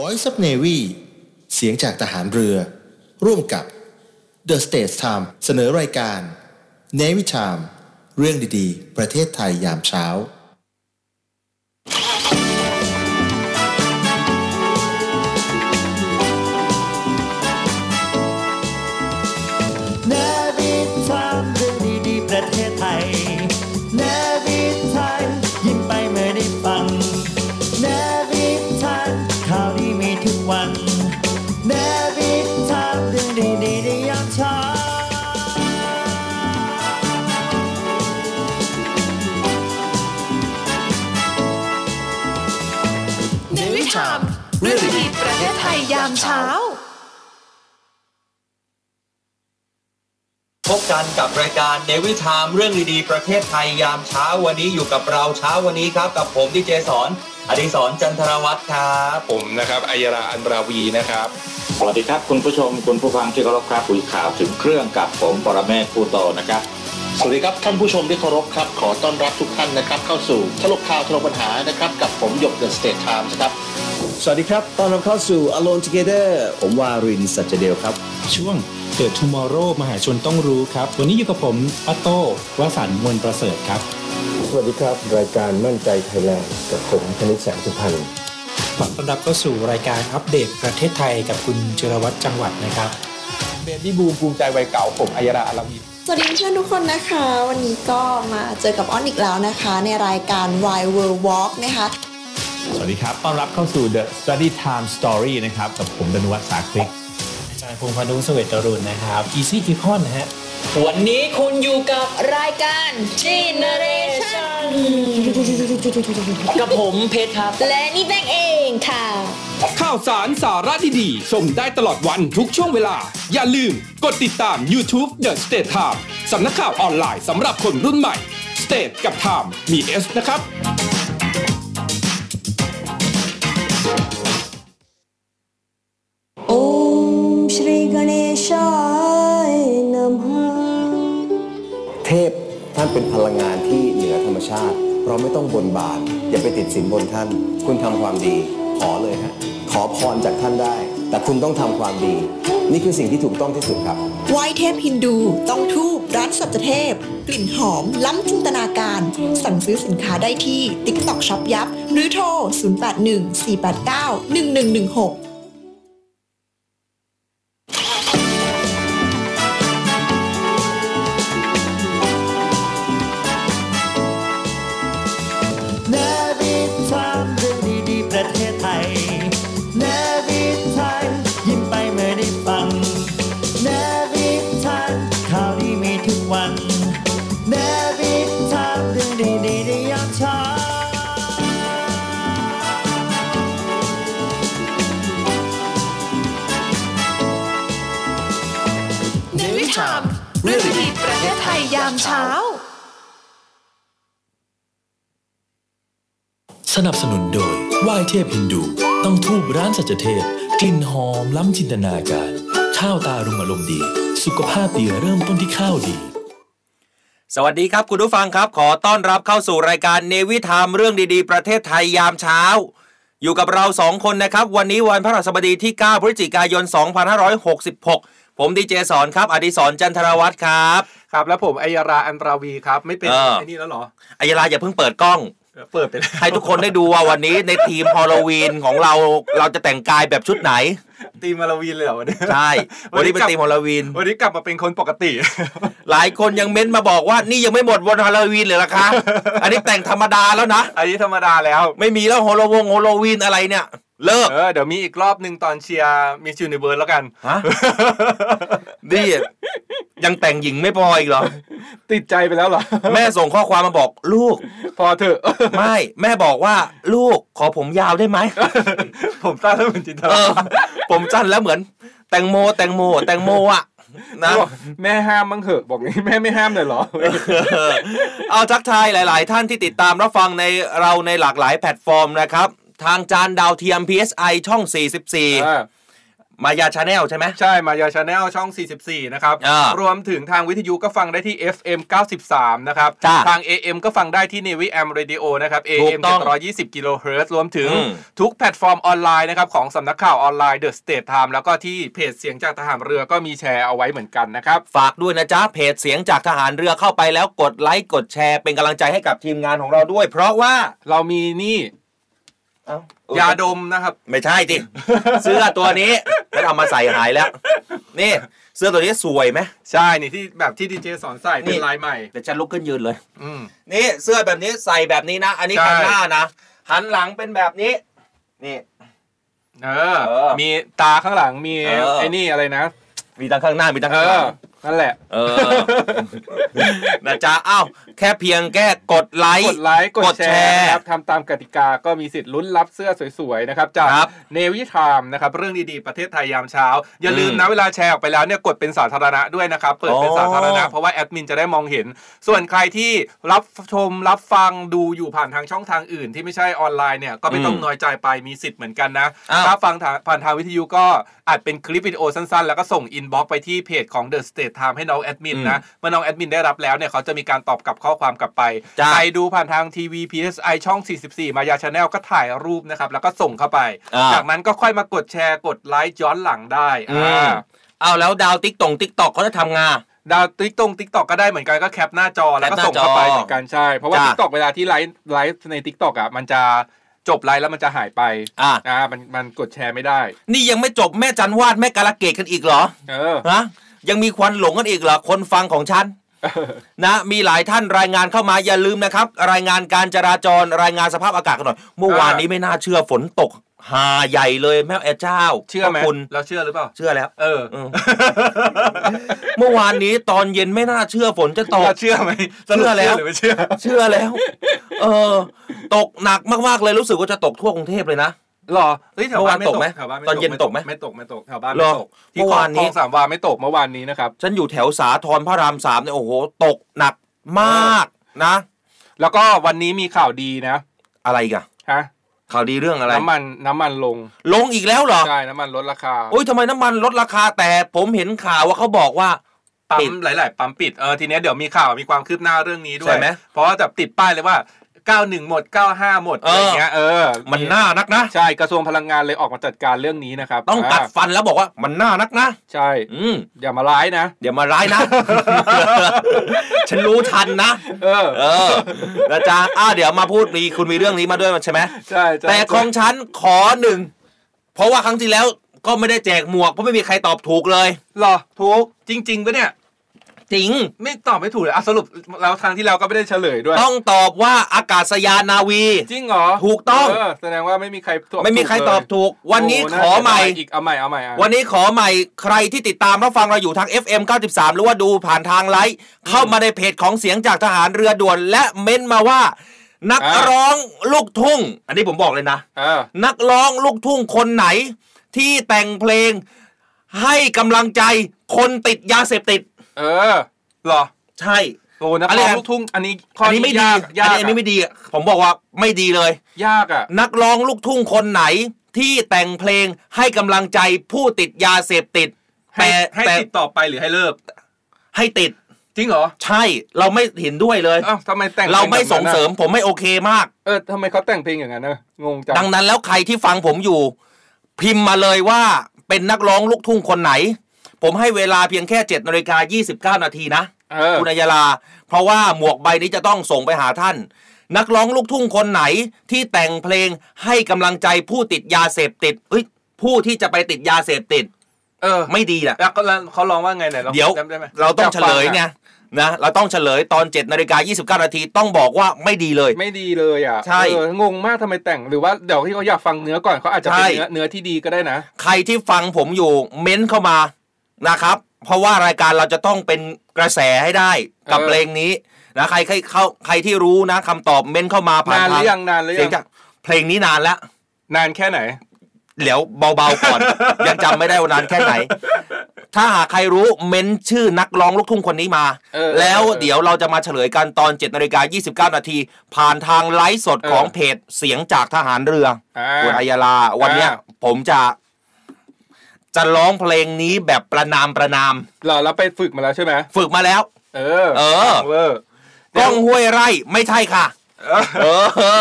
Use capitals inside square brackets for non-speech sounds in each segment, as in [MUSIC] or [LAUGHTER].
Voice of Navy เสียงจากทหารเรือ ร่วมกับ The States Time เสนอรายการ Navy Time เรื่องดีๆ ประเทศไทยยามเช้า นวิทามเรื่องดีๆประเทศไทยนวิทามยิ้มไปเมื่อได้ฟังนวิทามข่าวดีมีทุกวันนวิทามเรื่องดีๆในยามเช้า ในวิชามเรื่องดีประเทศไทยยามเช้า พบกันกับรายการเนวิทามเรื่องดีๆประเทศไทยยามเช้าวันนี้อยู่กับเราเช้าวันนี้ครับ กับผมที่เจสอนอดิสรจันทรวัตรครับ ผมนะครับอัยราอันราวีนะครับ สวัสดีครับ คุณผู้ชมคุณผู้ฟังที่เคารพครับคุยข่าวถึงเครื่องกับผมปรเมศผู้โตนะครับ สวัสดีครับท่านผู้ชมที่เคารพครับ ขอต้อนรับทุกท่านนะครับ เข้าสู่ทะลกข่าวทะลกปัญหานะครับ กับผมหยกเดอะสเตทไทมส์ครับ สวัสดีครับ ตอนรับเข้าสู่ Alone Together ผมวารินสัจเดลครับ ช่วงเกิด tomorrow มหาชนต้องรู้ครับ วันนี้อยู่กับผมออโต้วสันต์มวลประเสริฐครับ สวัสดีครับ รายการมั่นใจไทยแลนด์กับผมธนิตแสงสุพรรณ ขอต้อนรับเข้าสู่รายการอัปเดตประเทศไทยกับคุณเจรวัตรจังหวัดนะครับ เบบี้บูมภูมิใจวัยเก่าผมอัยราอันราวี สวัสดีเพื่อนทุกคนนะคะ วันนี้ก็มาเจอกับอ้อนอีกแล้วนะคะ ในรายการ Why World Walk นะคะ สวัสดีครับ ต้อนรับเข้าสู่ The Study Time Story นะครับ กับผมดนุวัฒน์สาคริก อาจารย์พงษ์พานุเสเวตรุณนะครับ Easy Econ นะฮะ วันนี้คุณอยู่กับรายการ Generation กับผมเพชรครับ และนี่แบงเองค่ะ ข่าวสารสาระดีๆ ชมได้ตลอดวันทุกช่วงเวลา อย่าลืมกดติดตาม YouTube The State Time สำนักข่าวออนไลน์สำหรับคนรุ่นใหม่ State กับ Time มี S นะครับ โอมชรีกเนชายนม เทพท่านเป็นพลังงานที่เหนือธรรมชาติ เราไม่ต้องบนบานอย่าไปติดสินบนท่าน คุณทำความดี ขอเลยฮะขอพรจากท่านได้ แต่คุณต้องทำความดี นี่คือสิ่งที่ถูกต้องที่สุดครับ ไหว้เทพฮินดู ต้องทูบร้านสัจเทพ กลิ่นหอม ล้ำจินตนาการ สั่งซื้อสินค้าได้ที่ TikTok Shop ยับ หรือโทร 0814891116 นวิทามเรื่องดีๆประเทศไทยนวิทามยิ้มไปเมื่อได้ฟังนวิทามข่าวดีมีทุกวันนวิทามเรื่องดีๆในยามเช้า ในวิชามเรื่องดีประเทศไทยยามเช้า สนับสนุนโดยไหว้เทพฮินดู ต้องทูบร้านสัจเทพ กลิ่นหอมล้ำจินตนาการ ข้าวตารุงอารมณ์ดี สุขภาพดีเริ่มต้นที่ข้าวดี สวัสดีครับคุณผู้ฟังครับ ขอต้อนรับเข้าสู่รายการเนวิทามเรื่องดีๆ ประเทศไทยยามเช้า อยู่กับเราสองคนนะครับ วันนี้วันพฤหัสบดีที่ 9 พฤศจิกายน 2566 ผมดีเจสอนครับอดิสรจันทรวัตรครับ ครับ แล้วผมอัยราอันราวีครับ ไม่เป็น เออ ไอ้นี่แล้วเหรอ อัยราอย่าเพิ่งเปิดกล้อง เออเปิดไปแล้ว ให้ทุกคนได้ดูว่าวันนี้ในทีมฮอลโลวีนของเราเราจะแต่งกายแบบชุดไหน ตีมาลาวีนเลยเหร [LAUGHS] อวันนี้ ใช่ วันนี้เป็น กลับ ทีมฮอลโลวีน วันนี้กลับมาเป็นคนปกติ [LAUGHS] หลายคนยังเม้นมาบอกว่านี่ยังไม่หมดวันฮาโลวีนเลยล่ะคะ อันนี้แต่งธรรมดาแล้วนะ อันนี้ธรรมดาแล้ว ไม่มีแล้วฮอลโลวงฮอลโลวีนอะไรเนี่ย เลิก เออเดี๋ยวมีอีกรอบหนึ่งตอนเชียร์มิสยูนิเวิร์สแล้วกัน ฮะ นี่ยังแต่งหญิงไม่พออีกเหรอ ติดใจไปแล้วเหรอ [LAUGHS] แม่ส่งข้อความมาบอกลูก พอเถอะ [LAUGHS] ไม่แม่บอกว่าลูกขอผมยาวได้ไหม ผมตั้งแล้วเหมือนจินต เอ นา อ ผมจันแล้วเหมือน แตงโมแตงโมแตงโมอ่ะ [LAUGHS] นะ บอกแม่ห้ามมั้งเหอะบอกงี้ [LAUGHS] แม่ไม่ห้ามเลยเหรอ [LAUGHS] เอาทักทายหลาย ๆ ท่านที่ติดตามรับฟังในเราในหลากหลายแพลตฟอร์มนะครับ ทางจานดาวเทียม PSI ช่อง [LAUGHS] เออ 44 มายาชาแนลใช่ไหม ใช่ มายาชาแนลช่อง 44 นะครับ อ่าร วมถึงทางวิทยุก็ฟังได้ที่ FM 93 นะครับ จ้ะ ทาง AM ก็ฟังได้ที่ Navy AM Radio นะครับ ถู AM กต้อง 720กิโลเฮิรตซ์รวมถึง อืม ทุกแพลตฟอร์มออนไลน์นะครับ ของสำนักข่าวออนไลน์ The State Time แล้วก็ที่เพจเสียงจากทหารเรือก็มีแชร์เอาไว้เหมือนกันนะครับ ฝากด้วยนะจ๊ะเพจเสียงจากทหารเรือเข้าไปแล้วกดไลค์กดแชร์เป็นกำลังใจให้กับทีมงานของเราด้วย เพราะว่า เรามีนี่ยาดมนะครับ ไม่ใช่ติ เสื้อตัวนี้ไม่เอามาใส่หายแล้ว นี่ เสื้อตัวนี้สวยไหม ใช่นี่ที่แบบที่ดีเจสอนใส่เป็นลายใหม่ เดี๋ยวฉันลุกขึ้นยืนเลย อืม นี่เสื้อแบบนี้ใส่แบบนี้นะ อันนี้ ใช่ ข้างหน้านะ หันหลังเป็นแบบนี้ นี่ เออ มีตาข้างหลังมี เออ ไอ้นี่อะไรนะ มีทั้งข้างหน้ามีทั้ง เอ ข้างหลั อง นั่นแหละ เออ [LAUGHS] นะจ๊ะอ้าวแค่เพียงแค่กดไลค์ กดไลค์ก ก ด ด แช แช ร์ ร์ นะครับทำตามกติกาก็มีสิทธิ์ลุ้นรับเสื้อสวยๆนะครับจากเนวิทามนะครับเรื่องดีๆประเทศไทยยามเช้า อย่าลืมนะเวลาแชร์ออกไปแล้วเนี่ยกดเป็นสาธารณะด้วยนะครับ เปิดเป็น อ๋อ สาธารณะ เพราะว่าแอดมินจะได้มองเห็น ส่วนใครที่รับชมรับฟังดูอยู่ผ่านทางช่องทางอื่น ที่ไม่ใช่ออนไลน์เนี่ยก็ไม่ต้องน้อยใจไปมีสิทธิ์เหมือนกันนะถ้าฟังทางผ่านทางวิทยุก็อัดเป็นคลิปวิดีโอสั้นๆ แล้วก็ส่งอินบ็อกไปที่เพจของ The State Time ให้น้องแอดมินนะ เมื่อน้องแอดมินได้รับแล้วเนี่ยเขาจะมีการตอบกลับข้อความกลับไป จ้ะ ใครดูผ่านทางทีวี PSI ช่อง 44 มายาชาแนลก็ถ่ายรูปนะครับ แล้วก็ส่งเข้าไป อ่า จากนั้นก็ค่อยมากดแชร์กดไลค์ย้อนหลังได้ อื อ่ มา เอาแล้วดาวติ๊กตงติ๊กตอกเขาจะทำงาน ดาวติ๊กตงติ๊กตอกก็ได้เหมือนกันก็แคปหน้าจอแล้วก็ แคปหน้า ส่งเข้าไป จอ เหมือนกันใช่ เพราะว่า จ้ะ ติ๊กตอกเวลาที่ไลฟ์ไลฟ์ในติ๊กตอกอ่ะมันจะจบไลฟ์แล้วมันจะหายไป อ่ะ อ่ามันมันกดแชร์ไม่ได้ นี่ยังไม่จบแม่จันวาดแม่กาละเกตกันอีกเหรอ เออ ฮะยังมีควันหลงกันอีกเหรอคนฟังของฉัน นะ มีหลายท่านรายงานเข้ามาอย่าลืมนะครับ รายงานการจราจรรายงานสภาพอากาศกันหน่อย เมื่อวานนี้ไม่น่าเชื่อฝนตกหาใหญ่เลยแม่แอเจ้า เชื่อไหม พระคุณ เราเชื่อหรือเปล่า เชื่อแล้ว เออ เมื่อวานนี้ตอนเย็นไม่น่าเชื่อฝนจะตก เราเชื่อไหมสรุป เชื่อแล้ว เชื่อหรือไม่เชื่อ เชื่อแล้ว เออ ตกหนักมากๆเลยรู้สึกว่าจะตกทั่วกรุงเทพเลยนะ หรอเฮ้ยแถว เมื่บ้าวอาน น ไม่ ต ต ก ก ไหม แถวบ้านไม่ ตอนเย็นตกไหม ไม่ตกไม่ตกแถวบ้าน หร ไม่ อ ตกที่ เมื่อวานนี้ คลองสามวาไม่ตกเมื่อวานนี้นะครับ ฉันอยู่แถวสาทรพระรามสามเนี่ยโอ้โห ตกหนักมากนะ แล้วก็วันนี้มีข่าวดีนะ อะไรอีกัน ฮะ ข่าวดีเรื่องอะไร น้ำมันน้ำมันลง ลงอีกแล้วเหรอ ใช่น้ำมันลดราคา โอ้ยทำไมน้ำมันลดราคาแต่ผมเห็นข่าวว่าเขาบอกว่า ปั๊ ปิ ม ด หลาย ๆ ปั๊มปิดเออทีเนี้ยเดี๋ยวมีข่าวมีความคืบหน้าเรื่องนี้ด้วย ใช่ไหม เพราะว่าแบบติดป้ายเลยว่า 91 หมด 95 หมดอะไรเงี้ยเออ มันน่านักนะ ใช่กระทรวงพลังงานเลยออกมาจัดการเรื่องนี้นะครับ ต้องตัด า ฟันแล้วบอกว่ามันน่านักนะ ใช่ อืม อย่ามาร้ายนะ เดี๋ยวมาร้ายนะ ฉันรู้ทันนะ เออ เออนะจ๊ะอ้าเดี๋ยวมาพูดมีคุณมีเรื่องนี้มาด้วยใช่ไหม ใช่ใช่ แต่ของฉันขอหนึ่ง เพราะว่าครั้งที่แล้วก็ไม่ได้แจกหมวก เพราะไม่มีใครตอบถูกเลย หรอถูกจริงๆปะเนี่ย จริง ไม่ตอบไม่ถูกเลยอ่ะสรุปเราทางที่เราก็ไม่ได้เฉลยด้วย ต้องตอบว่าอากาศยานนาวี จริงเหรอ ถูกต้อง เแสดงว่าไม่มีใครตอบ ไม่มีใครตอบ ถูกเลย ถูก วันนี้ โโ ขอใหม่ น่าเสียดายอีกเอาใหม่เอาใหม่อ่ะ วันนี้ขอใหม่ใครที่ติดตามรับฟังเราอยู่ทาง FM 93 หรือว่าดูผ่านทางไลฟ์เข้ามาในเพจของเสียงจากทหารเรือด่วน และเม้นมาว่า นักร้องลูกทุ่ง อันนี้ผมบอกเลยนะ เออ นักร้องลูกทุ่งคนไหน ที่แต่งเพลงให้กำลังใจคนติดยาเสพติด เออเหรอ ใช่ โอ้นะ อะไร ร้อง อ่ะ ลูกทุ่งอันนี้ข้ อันนี้ไม่ดี ยากยาก อันนี้ไม่ดีอ่ะผมบอกว่าไม่ดีเลย ยากอ่ะ นักร้องลูกทุ่งคนไหน ที่แต่งเพลงให้กำลังใจผู้ติดยาเสพติด ให้ แต่ ให้ แต่ ติดต่อไปหรือให้เลิก ให้ติด จริงเหรอ ใช่เราไม่เห็นด้วยเลย อ้าวทำไมแต่ง เราไม่ พลแบบนั้น ส่งเสริม อ่ะ ผมไม่โอเคมาก เออทำไมเขาแต่งเพลงอย่างนั้นนะงงจัง ดังนั้นแล้วใครที่ฟังผมอยู่ พิมพ์มาเลยว่าเป็นนักร้องลูกทุ่งคนไหน ผมให้เวลาเพียงแค่7นาฬิกา29 นาทีนะ เออ คุณอัยยาลา เพราะว่าหมวกใบนี้จะต้องส่งไปหาท่าน นักร้องลูกทุ่งคนไหนที่แต่งเพลงให้กำลังใจผู้ติดยาเสพติดเอ้ยผู้ที่จะไปติดยาเสพติด เออ ไม่ดีน่ะ แล้วก็แล้วเขาร้องว่าไงไหนรา เดี๋ยว จำได้ไหม เราต้องเฉลย ากฟั ไง อ่ะ นะเราต้องเฉลยตอน7นาฬิกา29 นาทีต้องบอกว่าไม่ดีเลย ไม่ดีเลยอ่ะ ใช่ เอองงมากทำไมแต่งหรือว่าเดี๋ยวที่เขาอยากฟังเนื้อก่อนเขาอาจจะเป็น ใช่ เนื้อเนื้อที่ดีก็ได้นะ ใครที่ฟังผมอยู่เม้นเข้ามานะครับ เพราะว่ารายการเราจะต้องเป็นกระแสให้ได้กับ เออ เพลงนี้นะใครใครเข้าใครที่รู้นะคำตอบเม้นเข้ามาผ่าน นานห ทา รื ง อยังนานหรือ เสีย ยัง ง จากเพลงนี้นานแล้ว นานแค่ไหน เดี๋ยวเบาๆก่อน [LAUGHS] ยังจำไม่ได้ว่านานแค่ไหน ถ้าหากใครรู้เม้นชื่อนักร้องลูกทุ่งคนนี้มา เออ แล้ว เออ เดี๋ยวเราจะมาเฉลยกันตอน7นาฬิกา29 นาทีผ่านทางไลฟ์สดของ เออ เพจเสียงจากทหารเรือ อ่า คุณอายาลาวันเนี้ย อ่า ผมจะ จะร้องเพลงนี้แบบประนามประนาม เหรอแล้วไปฝึกมาแล้วใช่ไหม ฝึกมาแล้ว เออ เออ เวอร์ กล้องห้วยไร่ไม่ใช่ค่ะ เอ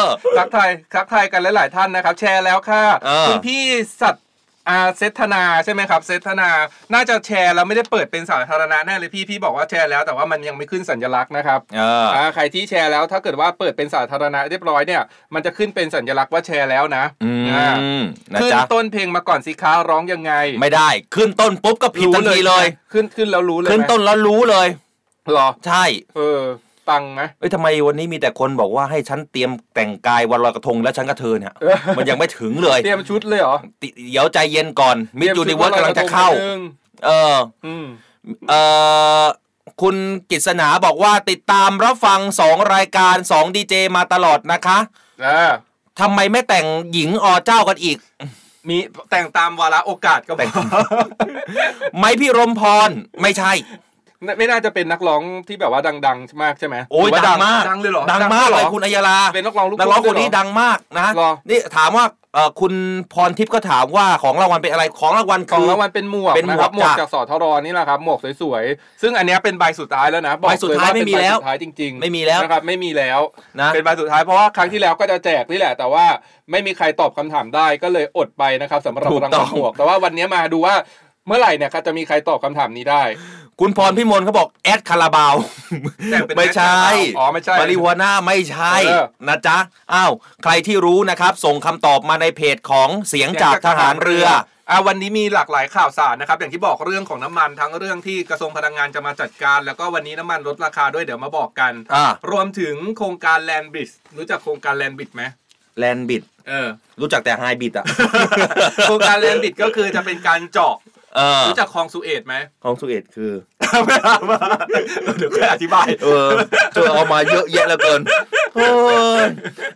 อ ทักทายทักทายกันหลาย ๆ ท่านนะครับ แชร์แล้วค่ะ เออ คุณพี่สัตว์อาเซธนาใช่ไหมครับเซธนา น่าจะแชร์แล้วไม่ได้เปิดเป็นสาธารณะแน่เลยพี่พี่บอกว่าแชร์แล้วแต่ว่ามันยังไม่ขึ้นสัญลักษณ์นะครับ เออ อ่าใครที่แชร์แล้วถ้าเกิดว่าเปิดเป็นสาธารณะเรียบร้อยเนี่ยมันจะขึ้นเป็นสัญลักษณ์ว่าแชร์แล้วนะ อื อ่าม นะ ขึ้น จ๊ะ ต้นเพลงมาก่อนสิคะร้องยังไง ไม่ได้ ขึ้นต้นปุ๊บก็ผิดทันทีเลย ขึ้นขึ้นแล้วรู้เลยไหม ขึ้นต้นแล้วรู้เลย หรอ ใช่ เออปังไหม เอ้ยทำไมวันนี้มีแต่คนบอกว่าให้ฉันเตรียมแต่งกายวันลอยกระทงแล้วฉันกับเธอเนี่ย เออ มันยังไม่ถึงเลย เตรียมชุดเลยเหรอ ติเดี๋ยวใจเย็นก่อนมิจูนิเวิร์สกำลังจะเข้า ตรียมชุดลอยกระทงนิดนึง เออ อืม เอ่อคุณกิษณาบอกว่าติดตามรับฟังสองรายการสองดีเจมาตลอดนะคะ อ่า ทำไมไม่แต่งหญิงอเจ้ากันอีก มีแต่งตามวาระโอกาสก็พอ ไหมพี่รมพร ไม่ใช่ [LAUGHS] ไม่ไม่น่าจะเป็นนักร้องที่แบบว่าดัง ๆ มากใช่ไหม โอ้ย หรืว่า ดังมาก ดังเลยเหรอ ดังมาก เล เลยย เหรอ คุณอัยรา เป็นนักร้องลูก นักร้องคนนี้ ด้วยเห ดังมากนะ หรอ นี่ถามว่าเอ่อคุณพรทิพย์ก็ถามว่าของรางวัลเป็นอะไรของรางวัล ของ คือ รางวัลเป็นหมวก เป็นหมวก ะครับหมวก จาก จากสอทรนี่แหละครับหมวกสวยๆ ซึ่งอันเนี้ยเป็นใบสุดท้ายแล้วนะบอก ใบสุดท้าย เเป็น ไม่มีแล้ว ใบสุดท้ายจริงๆ ไม่มีแล้ว นะครับไม่มีแล้ว นะ เป็นใบสุดท้ายเพราะว่าครั้งที่แล้วก็จะแจกนี่แหละ แต่ว่าไม่มีใครตอบคำถามได้ก็เลยอดไปนะครับสำหรับ ถูก ราง ต้ วั อ ล ง หมวก แต่ว่าวันเนี้ยมาดูว่าเมื่อไหร่เนี่ยครับจะมีใครตอบคำถามนี้ได้ คุณพรพิมลเขาบอกแอดคาราบาว แต่งเป็น ไม่ใช่ แอดคาราบาวอ๋อไม่ใช่ มาริวาน่าไม่ใช่ เออ นะจ๊ะ อ้าว ใครที่รู้นะครับ ส่งคำตอบมาในเพจของเสียงจากทหารเรือ อ่าวันนี้มีหลากหลายข่าวสารนะครับ อย่างที่บอกเรื่องของน้ำมันทั้งเรื่องที่กระทรวงพลังงานจะมาจัดการ แล้วก็วันนี้น้ำมันลดราคาด้วยเดี๋ยวมาบอกกัน อ่าร วมถึงโครงการแลนบิดรู้จักโครงการแลนบิดไหม แลนบิด เออ รู้จักแต่ไฮบิดอะ [LAUGHS] โครงการแลนบิดก็คือจะเป็นการเจาะ เออ รู้จักคลองสุเอต [LAUGHS] ไหม ของสุเอตคือ เดี๋ยวค่อยอธิบาย เออเจอเอามาเยอะแยะเหลือเกินเออ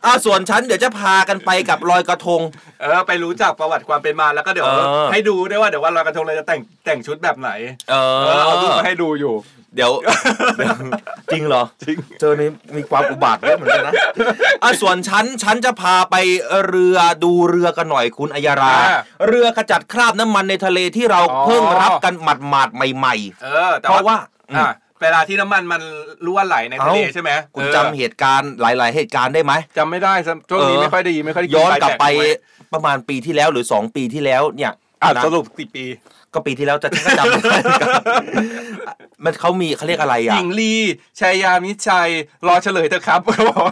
อ่าส่วนฉันเดี๋ยวจะพากันไปกับลอยกระทง เออไปรู้จักประวัติความเป็นมาแล้วก็เดี๋ยว เออ ให้ดูด้วยว่าเดี๋ยววันลอยกระทงเราจะแต่งแต่งชุดแบบไหน เอ เอ อ อเอารูปมาให้ดูอยู่ เดี๋ยว จริงเหร [LAUGHS] อจริงเจอนี้มีความอุบาทด้วยเหมือนกันนะอ่ะส่วนฉันฉันจะพาไปเรือดูเรือกันหน่อยคุณอัยรา อ่า เรือขจัดคราบน้ำมันในทะเลที่เรา อ๋อ เพิ่งรับกันหมัดหมาดๆใหม่ เออแต่ เพราะว่าอืม อ่ะเวลาที่น้ำมันมันรั่วไหลใน ๆ ทะเล เอ้า ใช่ไหม คุณ ออ จำเหตุการณ์หลาย ๆ เหตุการณ์ได้ไหม จำไม่ได้ซะช่วงนี้ เออ ไม่ค่อยได้ยินไม่ค่อยได้ ย้อนกลับไป แจด้วย ประมาณปีที่แล้วหรือ 2 ปีที่แล้วเนี่ย อ่ะ นะ สรุปสิปี ก็ปีที่แล้วจะฉันก็จำไม่ได้เหมือนกันมัน [LAUGHS] เขามีเขาเรียกอะไร ห อ่ะ ญิงลีชัยยามิตรชัย รอเฉลยเถอะ [LAUGHS] ครับเขาบอก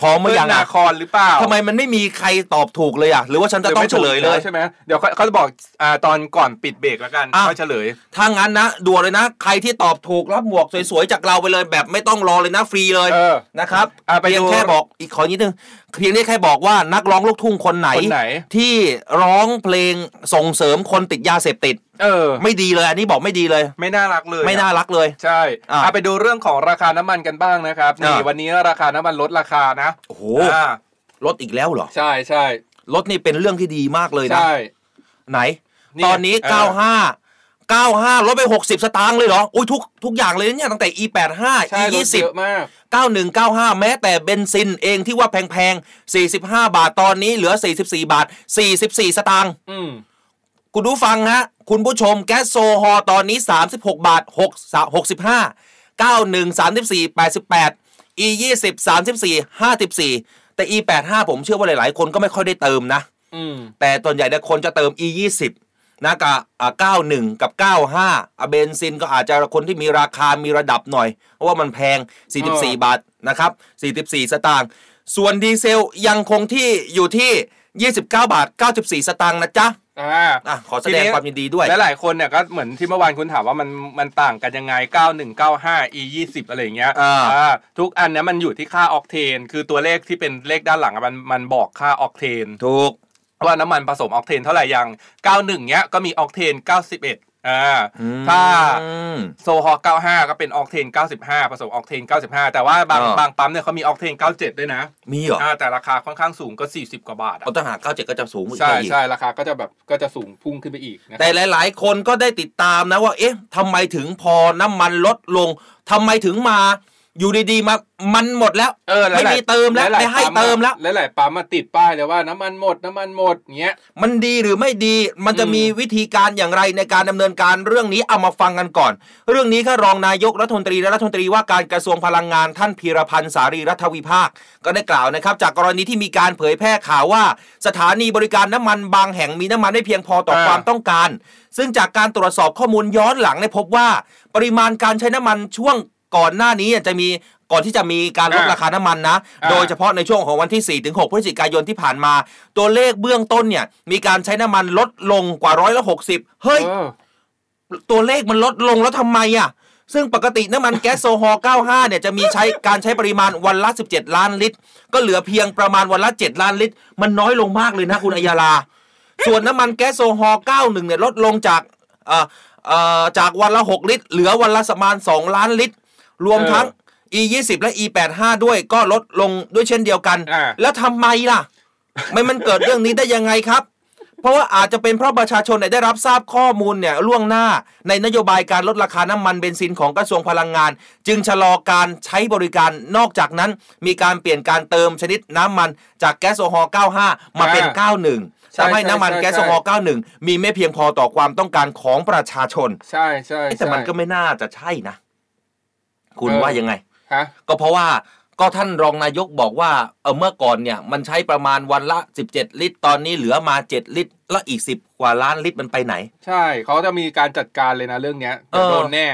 พร้อมหรือยัง นา อ่ะ คอนหรือเปล่า ทำไมมันไม่มีใครตอบถูกเลยอ่ะหรือว่าฉันจะ ดี๋ว ต้อ ไม่ งเฉลยเลย ถูกแวใช่ไหมเดี๋ยวเขาเขาจะบอกอ่าตอนก่อนปิดเบรกแล้วกัน อ่ะ ค่อยเฉลย ถ้างั้นนะด่วนเลยนะ ใครที่ตอบถูกรับหมวกสวยๆ จากเราไปเลยแบบไม่ต้องรอเลยนะฟรีเลย เออ นะครับ อ่ะไป เพียง ดู แค่บอกอีกขอนิดนึงเพียงได้แค่บอกว่านักร้องลูกทุ่งคนไหน คนไหน ที่ร้องเพลงส่งเสริมคนติดยาเสพติด เออ ไม่ดีเลย อันนี้บอกไม่ดีเลย ไม่น่ารักเลย ไม่ อ่ะ น่ารักเลย ใช่ อ่ะ เอาไปดูเรื่องของราคาน้ำมันกันบ้างนะครับ นี่ อ่ะ วันนี้ราคาน้ำมันลดราคานะ โอ้โห อ่า ลดอีกแล้วเหรอ ใช่ใช่ ลดนี่เป็นเรื่องที่ดีมากเลยนะ ใช่ ไหน นี่ ตอนนี้ เออ 95 95ลดไป 60 สตางค์เลยเหรออุ้ยทุกทุกอย่างเลยนะเนี่ยตั้งแต่ E85 ใช่ลด E20 เยอะมาก 9195 แม้แต่เบนซินเองที่ว่าแพงๆ 45 บาทตอนนี้เหลือ 44 บาท 44 สตางค์ อืม คุณผู้ฟังฮะ คุณผู้ชมแก๊สโซฮอลตอนนี้ 36 บาท6 65 91 34 88 E 20 34 54 แต่ E 85ผมเชื่อว่าหลาย ๆ คนก็ไม่ค่อยได้เติมนะ อืม แต่ส่วนใหญ่เนี่ยคนจะเติม E 20นะกับอ่า91 กับ 95อ่ะเบนซินก็อาจจะคนที่มีราคามีระดับหน่อย เพราะว่ามันแพง 44 บาท นะครับ 44 สตางค์ส่วนดีเซลยังคงที่อยู่ที่ 29 บาท 94 สตางค์นะจ๊ะ อ่า อ่ะ ขอแสดง ทีนี้ ความยินดีด้วย และหลายคนเนี่ยก็เหมือนที่เมื่อวานคุณถามว่ามันมันต่างกันยังไง 91 95 E 20อะไรอย่างเงี้ย อ่า อ่าทุกอันเนี้ยมันอยู่ที่ค่าออกเทน คือตัวเลขที่เป็นเลขด้านหลังอะมันมันบอกค่าออกเทน ถูก ว่าน้ำมันผสมออกเทนเท่าไหร่ยัง 91 เนี้ยก็มีออกเทน 91อ่าถ้า โซฮอล95 ก็เป็นออกเทน 95 ผสมออกเทน 95 แต่ว่าบาง อ่า บางปั๊มเนี่ยเขามีออกเทน 97 ด้วยนะ มีเหรอ อ่าแต่ราคาค่อนข้างสูงก็ 40 กว่าบาทอะ เอาตั้งหา97 ก็จะสูงขึ้น ใช่ ไปอีก ใช่ราคาก็จะแบบก็จะสูงพุ่งขึ้นไปอีกนะค แต่ รับ หลาย ๆ คนก็ได้ติดตามนะว่า เอ๊ะทำไมถึงพอน้ำมันลดลงทำไมถึงมา อยู่ดีๆมามันหมดแล้ว เออหลาย ไม่มีเติมแล้ว ายๆ ไม่ให้ ปั๊อะ เติมแล้ว หลายๆปั๊มมาติดป้ายเลยว่าน้ำมันหมดน้ำมันหมดเงี้ย มันดีหรือไม่ดีมันจะ อืม มีวิธีการอย่างไรในการดำเนินการเรื่องนี้เอามาฟังกันก่อน เรื่องนี้ค่ะรองนายกรัฐมนตรีและรัฐมนตรีว่าการกระทรวงพลังงานท่านพีรพันธ์สารีรัฐวิภาค ก็ได้กล่าวนะครับ จากกรณีที่มีการเผยแพร่ข่าวว่า สถานีบริการน้ำมันบางแห่งมีน้ำมันไม่เพียงพอต่อความต้องการ ซึ่งจากการตรวจสอบข้อมูลย้อนหลังได้พบว่า ปริมาณการใช้น้ำมันช่วงก่อนหน้านี้จะมีก่อนที่จะมีการลด อ่า ราคาน้ำมันนะ โดยเฉพาะในช่วงของวันที่ 4 ถึง 6 พฤศจิกายนที่ผ่านมา ตัวเลขเบื้องต้นเนี่ย มีการใช้น้ำมันลดลงกว่าร้อยละหกสิบเฮ้ย ตัวเลขมันลดลงแล้วทำไมอ่ะ ซึ่งปกติน้ำมันแก๊สโซฮอล์95 เนี่ยจะมีใช้การใช้ปริมาณวันละ 17 ล้านลิตร ก็เหลือเพียงประมาณวันละ 7 ล้านลิตร มันน้อยลงมากเลยนะคุณอัยยาลา ส่วนน้ำมันแก๊สโซฮอล์91 เนี่ยลดลงจากเอ่อเอ่อจากวันละ 6 ลิตร เหลือวันละประมาณ 2 ล้านลิตร รวมทั้ง e 2 0และ e 8 5ด้วยก็ลดลงด้วยเช่นเดียวกัน แล้วทำไมล่ะ ไม่มันเกิดเรื่องนี้ได้ยังไงครับ เพราะว่าอาจจะเป็นเพราะประชาชนเนี่ยได้รับทราบข้อมูลเนี่ยล่วงหน้า ในนโยบายการลดราคาน้ำมันเบนซินของกระทรวงพลังงาน จึงชะลอการใช้บริการนอกจากนั้น มีการเปลี่ยนการเติมชนิดน้ำมันจากแก๊สโซฮอล์95 มาเป็น อ่า91ใช่ทำให้น้ำมัน ใช่ใช่ แก๊สโซฮอล์91 มีไม่เพียงพอต่อความต้องการของประชาชน ใช่ใช่ แต่มัน ใช่ ก็ไม่น่าจะใช่นะ คุณ เออ ว่ายังไง ฮะ ก็เพราะว่าก็ท่านรองนายกบอกว่าเออเมื่อก่อนเนี่ย มันใช้ประมาณวันละ 17 ลิตร ตอนนี้เหลือมา 7 ลิตร แล้วอีก 10 กว่าล้านลิตรมันไปไหน ใช่เขาจะมีการจัดการเลยนะเรื่องเนี้ยเดี๋ยว เออ โดนแน่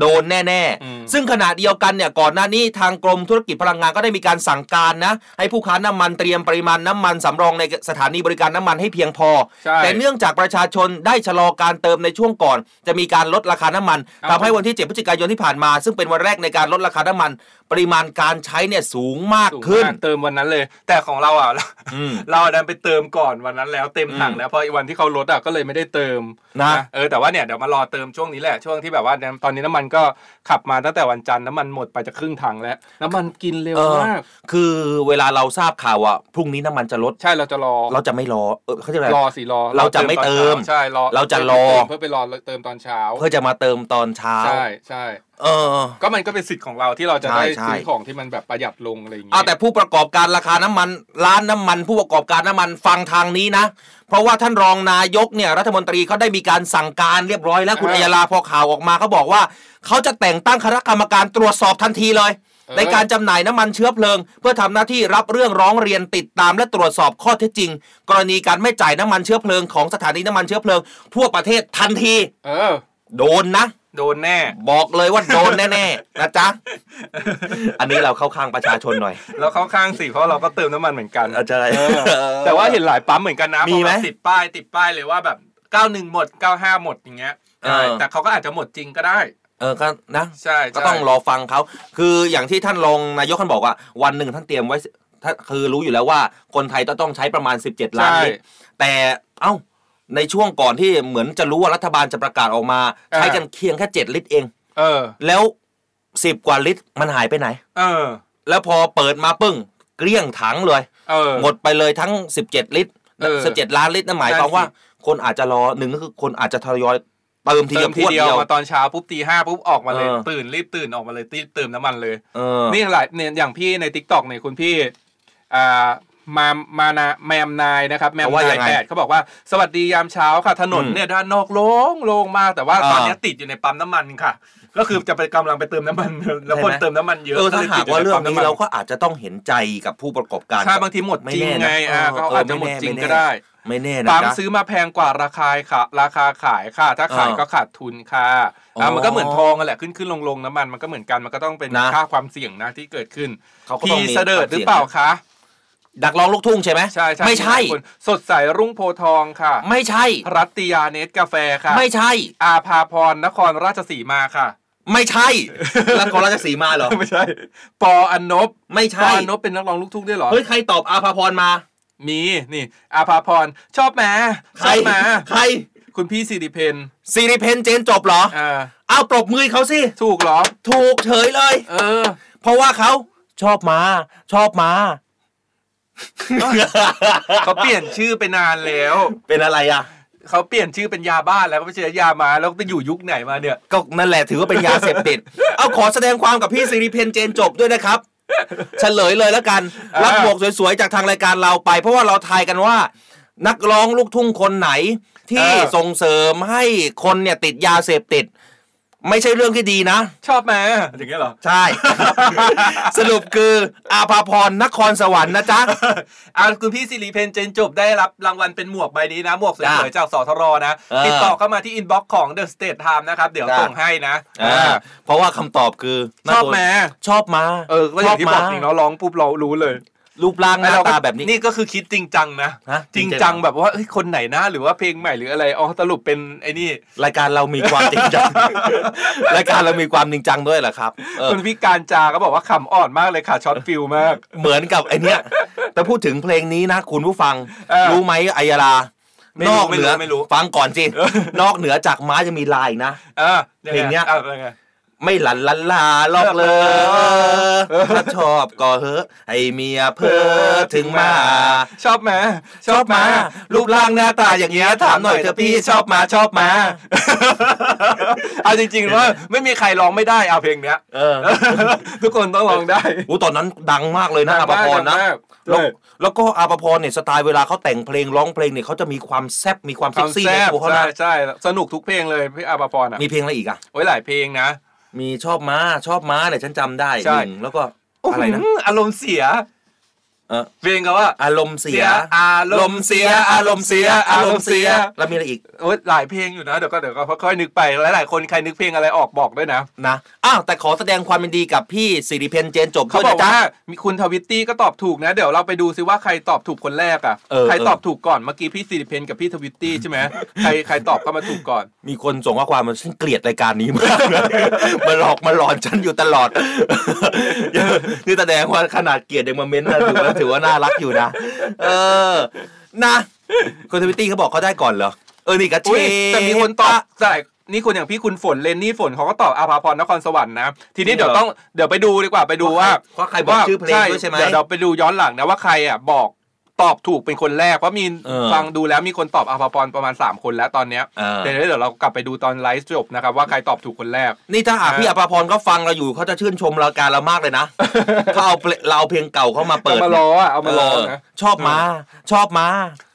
โดนแน่ ๆ ซึ่งขณะเดียวกันเนี่ยก่อนหน้านี้ทางกรมธุรกิจพลังงานก็ได้มีการสั่งการนะ ให้ผู้ค้าน้ำมันเตรียมปริมาณน้ำมันสำรองในสถานีบริการน้ำมันให้เพียงพอ ใช่ แต่เนื่องจากประชาชนได้ชะลอการเติมในช่วงก่อน จะมีการลดราคาน้ำมัน คทำรับ ให้วันที่ 7 พฤศจิกายนที่ผ่านมา ซึ่งเป็นวันแรกในการลดราคาน้ำมัน ปริมาณการใช้เนี่ยสูงมากขึ้น เติมวันนั้นเลย แต่ของเราอ่ะ อืม เราดันไปเติมก่อนวันนั้นแล้วเต็มถังแล้วเพอวันที่เขาลดอ่ะก็เลยไม่ได้เติม นะ เออแต่ว่าเนี่ยเดี๋ยวมารอเติมช่วงนี้แหละช่วงที่แบบว่าเนี่ยตอนนี้น้ำมันก็ขับมาตั้งแต่วันจันทร์น้ำมันหมดไปจะครึ่งถังแล้ว น้ำมันกินเร็ว เออ มาก คือเวลาเราทราบข่าวอ่ะพรุ่งนี้น้ำมันจะลด ใช่เราจะรอ เราจะไม่รอเออเขาจะอะไร รอสิรอ เราจะไม่เติม อนช้าใช่รอ เราจะรอ เพื่อไปรอเติมตอนเช้า เพื่อจะมาเติมตอนเช้า ใช่ใช่ เออ ก็มันก็เป็นสิทธิ์ของเราที่เราจะ ใช่ ได้ ใช่ ซื้อของที่มันแบบประหยัดลงอะไรอย่างเงี้ย เอาแต่ผู้ประกอบการราคาน้ำมัน ร้านน้ำมันผู้ประกอบการน้ำมันฟังทางนี้นะ เพราะว่าท่านรองนายกเนี่ยรัฐมนตรีเขาได้มีการสั่งการเรียบร้อยแล้วคุณ เออ อัยาลาพอข่าวออกมาเขาบอกว่า เขาจะแต่งตั้งคณะกรรมการตรวจสอบทันทีเลย ออ ในการจำหน่ายน้ำมันเชื้อเพลิง เพื่อทำหน้าที่รับเรื่องร้องเรียนติดตามและตรวจสอบข้อเท็จจริง กรณีการไม่จ่ายน้ำมันเชื้อเพลิงของสถานีน้ำมันเชื้อเพลิง ทั่วประเทศทันที เออ โดนนะ โดนแน่ [LAUGHS] บอกเลยว่าโดนแน่ๆนะจ๊ะ อันนี้เราเข้าข้างประชาชนหน่อย เราเข้าข้างสิเพราะเราก็เติมน้ำมันเหมือนกัน อาจจะอะไร เออแต่ว่าเห็นหลายปั๊มเหมือนกันนะ มีไหม พอแบบติดป้ายติดป้ายเลยว่าแบบ 91 หมด 95 หมดอย่างเงี้ย เออ ใช่แต่เขาก็อาจจะหมดจริงก็ได้ เออก็นะ ใช่ ก็ ใช่ ต้องรอฟังเขา คืออย่างที่ท่านรองนายกท่านบอกว่า วันหนึ่งท่านเตรียมไว้ท่านคือรู้อยู่แล้วว่า คนไทยจะต้องใช้ประมาณ 17 ล้านลิตรแต่เอ้า ในช่วงก่อนที่เหมือนจะรู้ว่ารัฐบาลจะประกาศออกมา ใช้กันเคียงแค่ 7 ลิตรเอง เออ แล้ว 10 กว่าลิตรมันหายไปไหน เออ แล้วพอเปิดมาปึ้ง เกลี้ยงถังเลย เออ หมดไปเลยทั้ง 17 ลิตร เออ สิบเจ็ดล้านลิตรนั่นหมาย นั่คนวามว่า สิ คนอาจจะรอหนึ่งก็คือคนอาจจะทยอยเติมทีเดีเติยว ม พ ที รวด เดียว เดียว มาตอนเช้าปุ๊บตีห้าปุ๊บออกมาเลย เออ ตื่นรีบตื่นออกมาเลยรีบเติมน้ำมันเลย เออ นี่หลายเนี่ยอย่างพี่ในทิกตอกเนี่ยคุณพี่อ่ามามานาแมมนายนะครับแมม เขาว่ายั นาย งไง แปดเขาบอกว่าสวัสดียามเช้าค่ะ ถนนเนี่ยด้านนอกโล่งโล่งมากแต่ว่า อ่า ตอนเนี้ยติดอยู่ในปั๊มน้ำมันค่ะ ก็คือจะไปกำลังไปเติมน้ำมัน [LAUGHS] แล้ว ใช่ ค ไห น ม เติมน้ำมันเยอะ เออถ้า ลย หา ติ ก ดอยู่ ว่า ใน เรื่อง ปั๊ม นี้ น้ำมัน เราก็อาจจะต้องเห็นใจกับผู้ประกอบการ ใช่บางทีหมดจริงไงอ่าก็อาจจะหมดจริงก็ได้ ไม่แน่นะ ปั๊ม จ๊ะ ซื้อมาแพงกว่าราคาค่ะ ราคาขายค่ะ ถ้าขาย เออ ก็ขาดทุนค่ะ อ๋อ อ่ะมันก็เหมือนทองนั่นแหละขึ้นขึ้นลงลงน้ำมันมันก็เหมือนกันมันก็ต้องเป็น นะ ค่าความเสี่ยงนะที่เกิดขึ้น เขาก็ต้องพี่มี เสดิร์ด ความเสี่ยงหรือเปล่าคะ ดักร้องลูกทุ่งใช่ไหม ใช่ใช่ ไม่ใช่ หลายคนสดใสรุ่งโพทองค่ะ ไม่ใช่ รัตติยาเนตกาแฟค่ะ ไม่ใช่ อาภาพรนครราชสีมาค่ะ ไม่ใช่ [LAUGHS] แล้วของราชสีมาเหรอ ไม่ใช่ ปออันนบ ไม่ใช่ ปออันนบเป็นนักร้องลูกทุ่งด้วยเหรอ เฮ้ย ใครตอบอาภาพรมา มีนี่ อาภาพรชอบแหม ใค ช ร อบแหม ใคร คุณพี่สิริเพน สิริเพนเจนจบเหรอ อ่า เอาปรบมือเขาสิ ถูกเหรอ ถูกเฉยเลย เออ เพราะว่าเขาชอบมา ชอบมา เขาเปลี่ยนชื่อไปนานแล้ว เป็นอะไรอ่ะ เขาเปลี่ยนชื่อเป็นยาบ้านแล้วก็ไม่ใช่ยามาแล้วไปอยู่ยุคไหนมาเนี่ย ก็นั่นแหละถือว่าเป็นยาเสพติด [LAUGHS] เอาขอแสดงความกับพี่สิริเพนเจนจบด้วยนะครับ [LAUGHS] เฉลยเลยแล้วกัน รับหมวกสวยๆ จากทางรายการเราไป เพราะว่าเราทายกันว่า นักร้องลูกทุ่งคนไหน ที่ เออ ส่งเสริมให้คนเนี่ยติดยาเสพติด ไม่ใช่เรื่องที่ดีนะ ชอบไหมอย่างเงี้ยเหรอ ใช่ [LAUGHS] สรุปคืออาภาพรนครสวรรค์นะจ๊ะ [LAUGHS] อ่าคุณพี่สิริเพนเจนจบได้รับรางวัลเป็นหมวกใบนี้นะ หมวกสวยๆจากสทรนะ เออ ติดต่อเข้ามาที่อินบ็อกซ์ของ The State Time นะครับ เดี๋ยว จ้ะ ส่งให้นะ อ่าเพราะว่าคำตอบคือ ชอบไหม ชอบมา เออก็อย่างที่บอกจริงเนาะร้องปุ๊บเรารู้เลย รูปร่างหน้าตาแบบนี้ นี่ก็คือคิดจริงจังนะ ฮะ จริงจังแบบว่าเอ้ยคนไหนนะหรือว่าเพลงใหม่หรืออะไรอ๋อสรุปเป็นไอ้นี่ รายการเรามีความจริงจัง [LAUGHS] รายการเรามีความจริงจังด้วยเหรอครับเออ คุณพี่การจาก็บอกว่าขำอ่อนมากเลยค่ะช็อตฟิลมาก เหมือนกับไอเนี้ยแต่พูดถึงเพลงนี้นะ คุณผู้ฟัง เออ รู้ไหมอัยรา ไม่ น รู้ อก ไม่ เห รู้ นือ ไม่รู้ ฟังก่ [LAUGHS] อนสิ นอกเหนือจากม้าจะมีลายนะ เออ เพลงเนี้ย ออไง ไม่หลันลันลาลอกเลยถ้าชอบก็เฮอะให้เมียเพอถึงมา ชอบไหม ชอบมารูปร่างหน้าตาอย่างเงี้ยถามหน่อยเถอะพี่ชอบมาชอบมา [LAUGHS] เอาจริงๆว่าไม่มีใครร้องไม่ได้เอาเพลงเนี้ย เออ ทุกคนต้องร้องได้ [LAUGHS] โอ้ตอนนั้นดังมากเลยนะ ดั อาง ป มาก พรนะ ดังมาก แล้ว ใช่ แล้วก็อาปพรเนี่ยสไตล์เวลาเขาแต่งเพลงร้องเพลงเนี่ยเขาจะมีความแซบมีความเซ็กซี่ ความแซ่ ใน บ ตัวเขานะ ใช่ใช่สนุกทุกเพลงเลยพี่อาภาพรอะ มีเพลงอะไรอีกอ่ะ โอ้ยหลายเพลงนะ มีชอบม้าชอบม้าเนี่ยฉันจำได้หใช่นึ่งแล้วก็อะไรนะ หือารมณ์เสีย เออ เพลงก็ว่า อารมณ์เสีย อารมณ์เสีย อารมณ์เสีย อารมณ์เสีย แล้วมีอะไรอีก โอ้ยหลายเพลงอยู่นะ เดี๋ยวก็เดี๋ยวก็ค่อยๆนึกไป หลายๆคนใครนึกเพลงอะไรออกบอกด้วยนะ นะอ้าวแต่ขอแสดงความยินดีกับพี่สิริเพนเจนจบ เขา ด้วย บอ นะ ก จ๊ะ ว่ามีคุณทวิตตี้ก็ตอบถูกนะ เดี๋ยวเราไปดูซิว่าใครตอบถูกคนแรกอ่ะ เออ ใครตอบถูกก่อน เมื่อกี้พี่สิริเพนกับพี่ทวิตตี้ใช่ไหมใครใครตอบก็มาถูกก่อน มีคนส่งข้อความมาฉันเกลียดรายการ [LAUGHS] นี้มากนะมาหลอกมาหลอนฉันอยู่ตลอด [LAUGHS] นี่แสดงว่าขนาดเกลียดยังมาเม้นต์นะถือว่าถือว่าน่ารักอยู่นะ เออ นะคุณทวิตตี้เขาบอกเขาได้ก่อนเหรอ เออ นี่กระเช อุ้ย ด แต่มีคนตอบแต่นี่คนอย่างพี่คุณฝนเลนนี่ฝนเขาก็ตอบอาภาพรนครสวรรค์นะทีนี้ จริ เดี๋ ง ยว เหรอ ต้องเดี๋ยวไปดูดีกว่าไปดูว่า ว่าใครบอกชื่อเพลงด้วยใช่ไหม เดี๋ยวเราไปดูย้อนหลังนะว่าใครอ่ะบอกตอบถูกเป็นคนแรกเพราะมี เออ ฟังดูแล้วมีคนตอบอาภาพรประมาณ 3 คนแล้วตอนเนี้ย เออ เดี๋ยวเดี๋ยวเรากลับไปดูตอนไลฟ์จบนะครับว่าใครตอบถูกคนแรก นี่ถ้าหากพี่อภพรเขาฟังเราอยู่เขาจะชื่นชมรายการเรามาก [LAUGHS] เลยนะ เขาเอาเพลงเราเอาเพลงเก่าเขามาเปิด เอามาล้ออะเอามาล้อนะ เชอบมา ชอบมา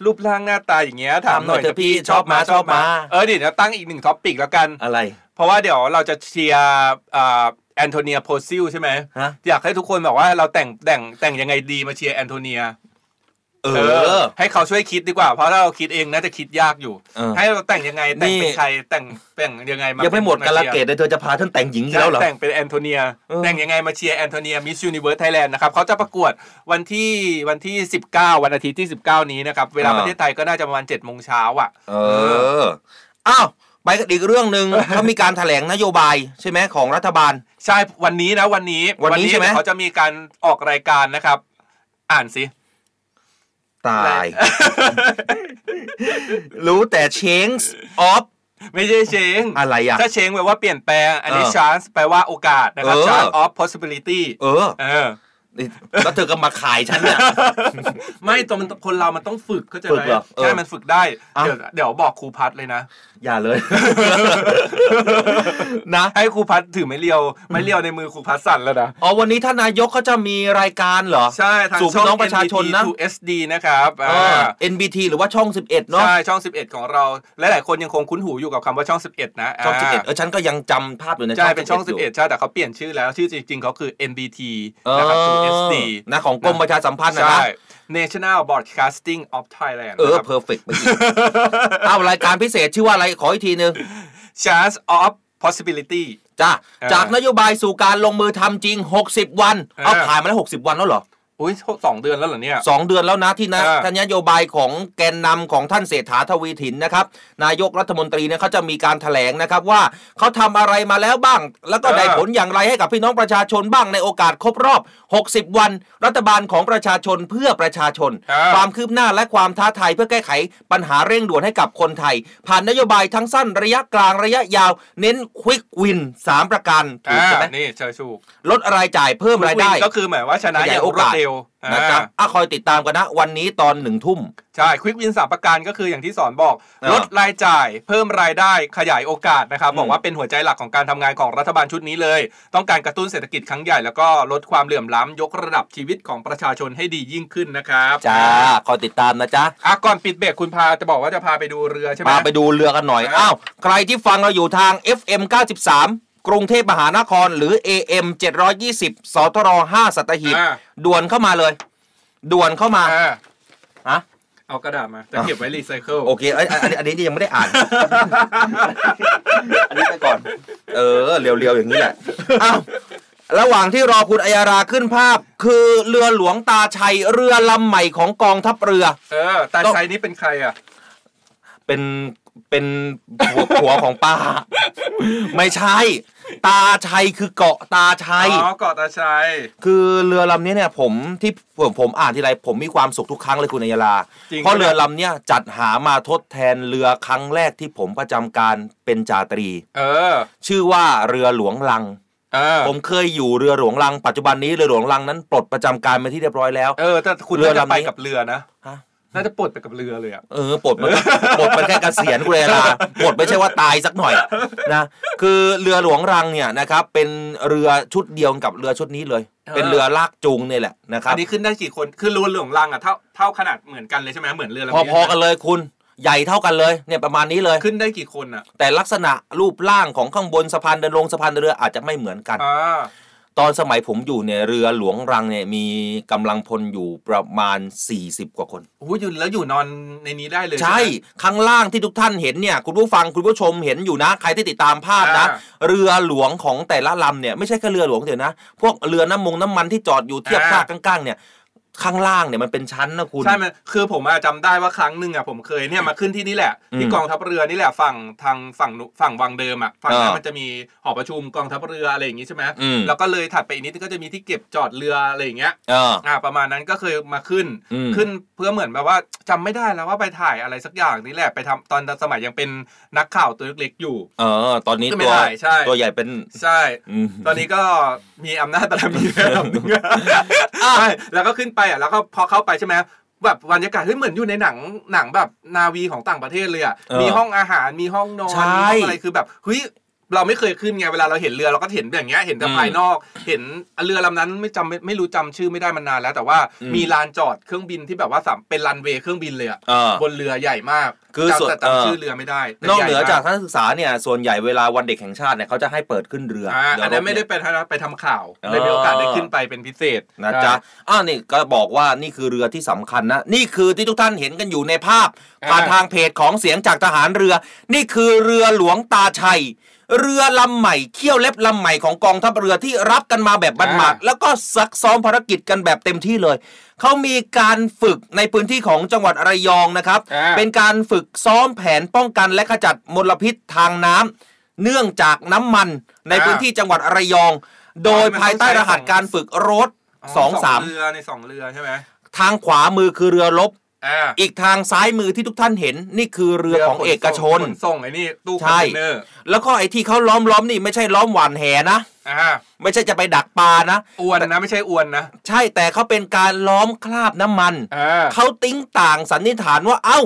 รูปร่างหน้าตาอย่างเงี้ยถามหน่ถามหน่อยอยเถอะพี่ชอบมาชอบมา เออเดี๋ยวเดี๋ยวตั้งอีกหนึ่งท็อปิกแล้วกัน อะไร เพราะว่าเดี๋ยวเราจะเชียร์อ่าแอนโทเนียโพซิลใช่ไหม ฮะ อยากให้ทุกคนบอกว่าเราแต่งแต่งแต่งยังไงดีมาเชียร์แอนโทเนีย เอ เอ อ อ ให้เขาช่วยคิดดีกว่า เพราะถ้าเราคิดเองน่าจะคิดยากอยู่ เออ ให้เราแต่งยังไงแต่ง นี่ เป็นใครแต่งแต่งยังไงมา ยังไม่หมดกันละเกตเลยเธอจะพาท่านแต่งหญิงอีกแล้วเหรอ แต่งเป็นแอนโทเนียแต่งยังไงมาเชียร์แอนโทเนียมิสยูนิเวิร์สไทยแลนด์นะครับเขาจะประกวดวันที่วันที่ 19 วันอาทิตย์ที่ 19 นี้นะครับเวลา อ่า ประเทศไทยก็น่าจะประมาณ7โมงเช้าอ่ะ เออ อ้าว ไปกันอีกเรื่องหนึ่ง เขามีการแถลงนโยบายใช่ไหมของรัฐบาล ใช่วันนี้นะวันนี้ วันนี้ใช่ไหม เขาจะมีการออกรายการนะครับ อ่านสิ ตาย [LAUGHS] รู้แต่ change of ไม่ใช่เชง อะไรอ่ะ ถ้าเชงแปลว่าเปลี่ยนแปลง อันนี้ เออ chance แปลว่าโอกาสนะครับ เออ chance of possibility เออ เออ แล้วเธอก็มาขายฉัน [LAUGHS] เนี่ย ไม่ตัวมันคนเรามันต้องฝึกเข้าใจ ฝึ ไหม กเหรอเออ ใช่มันฝึกได้ อ่ะ เดี๋ยวเดี๋ยวบอกครูพัดเลยนะ อย่าเลย [LAUGHS] นะ ให้ครูพัดถือไม้เรียวไม้เรียวในมือครูพัดสั่นแล้วนะ อ๋อ วันนี้ท่านนายกเขาจะมีรายการเหรอ ใช่ ทาง สู่ ช่อพี่งน้องประชาชนนะ NBT 2 SD นะครับ เออ อ่า NBT หรือว่าช่อง 11 เนาะ ใช่ ช่อง 11 ของเรา หลายๆคนยังคงคุ้นหูอยู่กับคำว่าช่อง 11 นะา ช่อง 11 เออ ฉันก็ยังจำภาพอยู่ใน ใช่ เป็นช่อง ยู่ 11 ใช่ แต่เขาเปลี่ยนชื่อแล้ว ชื่อจริง ๆ เขาคือ NBT เออ นะครับ to SD นะของกรมประชาสัมพันธ์นะ ใช่ นะ National Broadcasting of Thailand เออ นะครับ perfect ไปอีกเอารายการพิเศษชื่อว่าอะไร ขออีกทีนึง [LAUGHS] Chance of Possibility จ้า เออ จากนโยบายสู่การลงมือทำจริง 60 วัน เออ เอาผ่านมาแล้ว 60 วันแล้วเหรอ อุ้ยสองเดือนแล้วเหรอเนี่ย 2 เดือนแล้วนะที่นะ เออ ท่านนโยบายของแกนนำของท่านเศรษฐาทวีถินนะครับ นายกรัฐมนตรีเนี่ยเขาจะมีการถแถลงนะครับว่าเขาทำอะไรมาแล้วบ้าง แล้วก็ได้ผลอย่างไรให้กับพี่น้องประชาชนบ้างในโอกาสครบรอบ 60 วัน รัฐบาลของประชาชนเพื่อประชาชน ความคืบหน้าและความท้าทายเพื่อแก้ไขปัญหาเร่งด่วนให้กับคนไทย ผ่านนโยบายทั้งสั้นระยะกลางระยะยาว เน้นควิกวินสามประการถูก อ่า ใช่ไหม นี่เชอร์ชู ลดรายจ่ายเพิ่มรายได้ ก็คือหมายว่าชนะอยขาย ย่าง โอ รวด กาส เร็ ร็ว นะครับอ่ะคอยติดตามกันนะ วันนี้ตอนหนึ่งทุ่ม ใช่ควิกวินสามประการก็คืออย่างที่สอนบอก อ่า ลดรายจ่ายเพิ่มรายได้ขยายโอกาสนะครับ บอกว่าเป็นหัวใจหลักของการทำงานของรัฐบาลชุดนี้เลย ต้องการกระตุ้นเศรษฐกิจครั้งใหญ่แล้วก็ลดความเหลื่อมล้ำยกระดับชีวิตของประชาชนให้ดียิ่งขึ้นนะครับ จ้า คอยติดตามนะจ๊ะ อ่ะก่อนปิดเบรกคุณพาจะบอกว่าจะพาไปดูเรือใช่ไหม พาไปดูเรือกันหน่อย อ้าว ใครที่ฟังเราอยู่ทาง FM 93 กรุงเทพมหานคร หรือ AM 720สทร5สัตหีบ อ่า ด่วนเข้ามาเลย ด่วนเข้ามาอะ เอากระดาษมาจะเก็บไว้รีไซเคิล โอเคเอ้ยอันนี้อันนี้ยังไม่ได้อ่าน [LAUGHS] อันนี้ไปก่อน เออ เรียวๆ อย่างนี้แหละ อ้าว ระหว่างที่รอคุณอัยาราขึ้นภาพ คือเรือหลวงตาชัย เรือลำใหม่ของกองทัพเรือ เออตาชัยนี่เป็นใครอ่ะ เป็นเป็นหัวหัวของป้า ไม่ใช่ ตาชัยคือเกาะตาชัย อ๋อเกาะตาชัย คือเรือลำนี้เนี่ยผมที่ผมผมอ่านทีไรผมมีความสุขทุกครั้งเลยคุณอัยยาลา จริง เพราะเรือลำเนี้ยจัดหามาทดแทนเรือครั้งแรกที่ผมประจำการเป็นจ่าตรี เออ ชื่อว่าเรือหลวงลัง ผมเคยอยู่เรือหลวงลัง ปัจจุบันนี้เรือหลวงลังนั้นปลดประจำการไปที่เรียบร้อยแล้ว เออแต่คุณ เรือ น่าจะ ลำ ไป นี้ กับเรือนะน่าจะปลดไปกับเรือเลยอ่ะ เออปลดมัน ปลดมันแค่เกษียณคุณเอลาปลดไม่ใช่ว่าตายสักหน่อยนะคือเรือหลวงรังเนี่ยนะครับเป็นเรือชุดเดียวกับเรือชุดนี้เลย เออ เป็นเรือลากจูงเนี่ยแหละนะครับ อันนี้ขึ้นได้กี่คน คือเรือหลวงลังอ่ะเท่าเท่าขนาดเหมือนกันเลยใช่ไหมเหมือนเรือลำ พอๆกันเลยคุณใหญ่เท่ากันเลยเนี่ยประมาณนี้เลย ขึ้นได้กี่คนอ่ะ แต่ลักษณะรูปร่างของข้างบนสะพานเดินลงสะพานเดินเรืออาจจะไม่เหมือนกัน อ่า ตอนสมัยผมอยู่เนี่ยเรือหลวงรังเนี่ยมีกำลังพลอยู่ประมาณ 40 กว่าคน โอ้ยอยู่แล้วอยู่นอนในนี้ได้เลย ใช่ ไหม ข้างล่างที่ทุกท่านเห็นเนี่ยคุณผู้ฟังคุณผู้ชมเห็นอยู่นะ ใครที่ติดตามภาพนะ อ่า เรือหลวงของแต่ละลำเนี่ยไม่ใช่แค่เรือหลวงเดี๋ยวนะ พวกเรือน้ำมงน้ำมันที่จอดอยู่เทียบ อ่า ท่าก้างๆเนี่ย ข้างล่างเนี่ยมันเป็นชั้นนะคุณ ใช่มันคือผมอะจำได้ว่าครั้งหนึ่งอ่ะผมเคยเนี่ยมาขึ้นที่นี่แหละ ที่ อืม กองทัพเรือนี่แหละฝั่งทางฝั่งนุฝั่งวังเดิมอ่ะฝั่งนั้น อ่ามั มันจะมีหอประชุมกองทัพเรืออะไรอย่างงี้ใช่ไหม อืม แล้วก็เลยถัดไปอีกนิดก็จะมีที่เก็บจอดเรืออะไรอย่างเงี้ย เออ อ่าประมาณนั้นก็เคยมาขึ้น อืม ขึ้นเพื่อเหมือนแบบว่าจำไม่ได้แล้วว่าไปถ่ายอะไรสักอย่างนี่แหละไปทำตอนสมัยยังเป็นนักข่าวตัวเล็กๆอยู่ เออ ตอนนี้ ขึ้นไม่ ตัว ได้ใช่ ตัวใหญ่เป็น ใช่ อืม [LAUGHS] ตอนนี้ก็มีอำนาจบารมีระ [LAUGHS] ดับหนึงใช่แล้วก็ขึ้นไปอ่ะแล้วก็พอเข้าไปใช่ไหมแบบบรรยากาศเฮ้ยเหมือนอยู่ในหนังหนังแบบนาวีของต่างประเทศเลยอ่ะ เออ มีห้องอาหารมีห้องนอน ใช่ มีห้องอะไรคือแบบเฮ้ยเราไม่เคยขึ้นไงเวลาเราเห็นเรือเราก็เห็นอย่างเงี้ยเห็นแต่ อืม ภายนอก เห็นเรือลำนั้นไม่จำไม่ไม่รู้จำชื่อไม่ได้มานานแล้ว แต่ว่า อืม มีลานจอดเครื่องบินที่แบบว่าสามเป็นรันเวย์เครื่องบินเลยอ่ะ เออบ นเรือใหญ่มาก คือส่วน จำแต่ เออ จำชื่อเรือไม่ได้แต่ นอก ใญ่ เหนือ ม จากนักศึกษาเนี่ยส่วนใหญ่เวลาวันเด็กแห่งชาติเนี่ยเขาจะให้เปิดขึ้นเรือ อ่า เรื อันนั้น รบ ไม่ เย ได้ไปทางนั้นไปทำข่าวเลยมีโอกาสได้ขึ้นไปเป็นพิเศษ นะจ๊ะอ้าวนี่ก็บอกว่านี่คือเรือที่สำคัญนะ นี่คือที่ทุกท่านเห็นกันอยู่ในภาพ อ่า ผ่านทางเพจของเสียงจากทหารเรือ นี่คือเรือหลวงตาชัย เรือลำใหม่เขี้ยวเล็บลำใหม่ของกองทัพเรือที่รับกันมาแบบบันหมากแล้วก็ซักซ้อมภารกิจกันแบบเต็มที่เลย เขามีการฝึกในพื้นที่ของจังหวัดระยองนะครับ เป็นการฝึกซ้อมแผนป้องกันและขจัดมลพิษทางน้ำเนื่องจากน้ำมันใน อ่า พื้นที่จังหวัดระยอง โดยภายใต้รหัสการฝึกรถ สองสาม เรือในสองเรือใช่ไหม ทางขวามือคือเรือลบ อ่า อีกทางซ้ายมือที่ทุกท่านเห็น นี่คือเรือของ ขนส่ เอกชน ขส่งไอ้นี่ตู้คอน ใช่ เทนเนอร์ แล้วก็ไอ้ที่เขาล้อมล้อมๆนี่ไม่ใช่ล้อมหวานแหนะ อ่า ไม่ใช่จะไปดักปลานะ อวนนะไม่ใช่อวนนะ ใช่แต่เขาเป็นการล้อมคราบน้ำมัน อ่า เขาติ้งต่างสันนิษฐานว่าเอ้า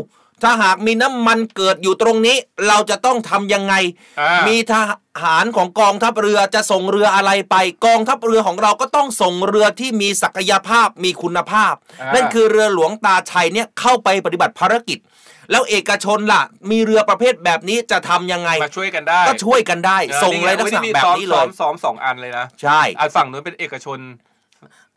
ถ้าหากมีน้ำมันเกิดอยู่ตรงนี้ เราจะต้องทำยังไง อ่า มีทหารของกองทัพเรือจะส่งเรืออะไรไป กองทัพเรือของเราก็ต้องส่งเรือที่มีศักยภาพมีคุณภาพ านั่ นั่นคือเรือหลวงตาชัยเนี่ยเข้าไปปฏิบัติภารกิจ แล้วเอกชนล่ะ มีเรือประเภทแบบนี้จะทำยังไง มาช่วยกันได้ ก็ช่วยกันได้ เออ ส่งอะไรลักษ นี่ ณะ ไง แบบ ซ้อม นี้เล ซ้อย มซ้อมสองอันเลยนะ ใช่ อ่ะฝั่งนู้นเป็นเอกชน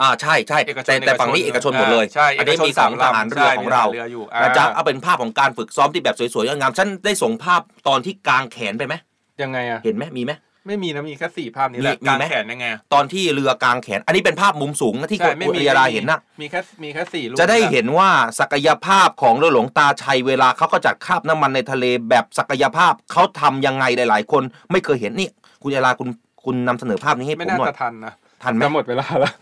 อ่าใช่ใช่ เอกชน แต่แต่ฝั่งนี้เอกชนหมดเลย าใช่ อันนี้ เกช มีของ ส ท ลำ หารเรือ ใช่ ของเรา มีทหเรืออยู่อ่า นะจ๊ะเอาเป็นภาพของการฝึกซ้อมที่แบบสวยๆงามๆฉันได้ส่งภาพตอนที่กางแขนไปไหม ยังไงอ่ะ เห็นไหมมีไหม ไม่มีนะมีแค่สี่ภาพนี้แหละ มีมี กาง ไหม แขนยังไงอะ ตอนที่เรือกางแขน อันนี้เป็นภาพมุมสูงนะที่ ใช่ไม่ คุณ มี เรียราเห็นนะ มีแค่มีแค่สี่รูป จะได้เห็นว่าศักยภาพของเรือหลวงตาชัยเวลาเขาก็จัดคราบน้ำมันในทะเลแบบศักยภาพเขาทำยังไงหลาย ๆ คนไม่เคยเห็นนี่ คุณเวลาคุณคุณนำเสนอภาพนี้ให้ผ ไม่ ม น่า หน่อ จะ ย ทันนะ ทันไหม จะหมดเวลาแล้ว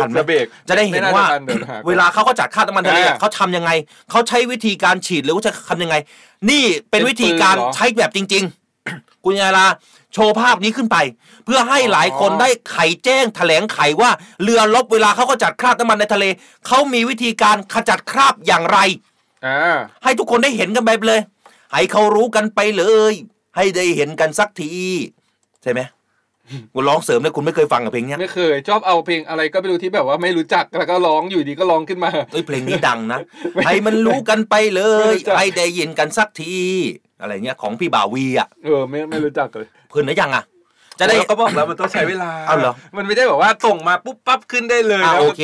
ทันไหม จะเบรก จะได้เห็น ไม่น่า ว่า จะทันเดี๋ยวหาก่อน เวลาเขาก็จัดคราบน้ำมันทะเล อ่า เขาทำยังไงเขาใช้วิธีการฉีดหรือว่าจะทำยังไง นี่เป็นวิธีการ เป็นปืนเหรอ ใช้แบบจริง ๆ [COUGHS] คุณเวลา โชว์ภาพนี้ขึ้นไป เพื่อให้หลายคนได้ไขแจ้งแถลงไขว่าเรือลบเวลาเขาก็จัดคราบน้ำมันในทะเลเขามีวิธีการขจัดคราบอย่างไรให้ทุกคนได้เห็นกันไปเลย ให้เขารู้กันไปเลย ให้ได้เห็นกันสักทีใช่ไหมคุณร้องเสริมเลยคุณไม่เคยฟังกับเพลงเนี้ย ไม่เคยชอบเอาเพลงอะไรก็ไม่รู้ที่แบบว่าไม่รู้จักแล้วก็ร้องอยู่ดีก็ร้องขึ้นมา เอ้ยเพลงนี้ดังนะ ให้มันรู้กันไปเลยให้ได้ยินกันสักที อะไรเงี้ยของพี่บ่าวีอ่ะ เออไม่ไม่รู้จักเลย เพื่อนหรือยังอ่ะ จะได้ก็บอกแล้วมันต้องใช้เวลา เอาเหรอ มันไม่ได้แบบว่าส่งมาปุ๊บปั๊บขึ้นได้เลย อ่า แล้ว โอเค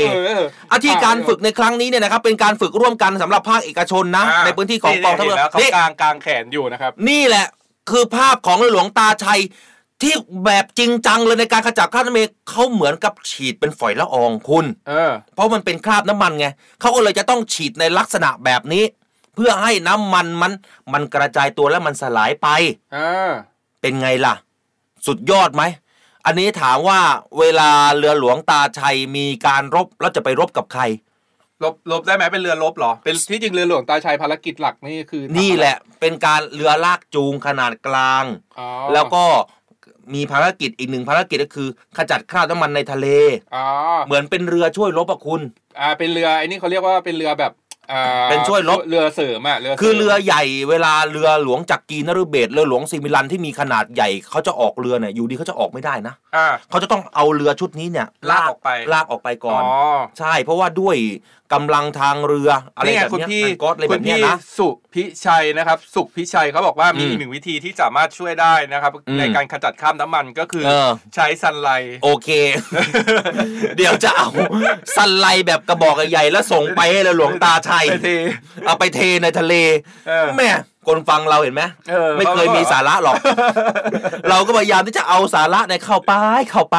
เ อาที่การฝึกในครั้งนี้เนี่ยนะครับเป็นการฝึกร่วมกันสำหรับภาคเอกชนนะ ในพื้นที่ของกองทัพ นี่ เรือ แล้วเขา นี่ กางกางแขนอยู่นะครับ นี่แหละคือภาพของหลวงตาชัย ที่แบบจริงจังเลยในการขจัดคราบน้ำมันเขาเหมือนกับฉีดเป็นฝอยละอองคุณเพราะมันเป็นคราบน้ำมันไงเขาก็เลยจะต้องฉีดในลักษณะแบบนี้ เพื่อให้น้ำมันมันมันกระจายตัวและมันสลายไป เออ เป็นไงล่ะ สุดยอดไหม อันนี้ถามว่าเวลาเรือหลวงตาชัยมีการรบแล้วจะไปรบกับใคร ลบลบได้ไหมเป็นเรือลบเหรอ เป็นที่จริงเรือหลวงตาชัยภารกิจหลักนี่คือทำอไร นี่แหละเป็นการเรือลากจูงขนาดกลาง อ๋อ แล้วก็มีภารกิจอีกหนึ่งภารกิจก็คือ ขจัดคราบน้ำมันในทะเล อ๋อ เหมือนเป็นเรือช่วยรบอะคุณ อ่าเป็นเรือไอ้นี่เขาเรียกว่าเป็นเรือแบบอ่า เป็นช่วยรบ เรือเสริมอ่ะเรือสริม คือเรือใหญ่เวลาเรือหลวงจักรีนฤเบศรเรือหลวงสิมิลันที่มีขนาดใหญ่เขาจะออกเรือเนี่ยอยู่ดีเขาจะออกไม่ได้นะ อ่า เขาจะต้องเอาเรือชุดนี้เนี่ย ลากออกไป ลากออกไปก่อน อ๋อ ใช่เพราะว่าด้วยกำลังทางเรืออะไร นี่ไง แบบ คุณ เนี้ย พี่ ทางก๊อตอะไร คุ แบบณเนี้ย พี่ นะ สุพิชัยนะครับ สุพิชัยเขาบอกว่ามี อืม อีกหนึ่งวิธีที่สามารถช่วยได้นะครับ อืม ในการขจัดคราบน้ำมันก็คือ เออ ใช้ซันไล [LAUGHS] ท์ โอเค เดี๋ยวจะเอาสันไลแบบกระบอกใหญ่ๆแล้วส่งไปให้เราหลวงตาชัย ไปเท เอาไปเทในทะเล เออ แม่คนฟังเราเห็นไหม เออ ไม่เคยมีสาระหรอก เราก็พยายามที่จะเอาสาระเนี่ยเข้าไปเข้าไป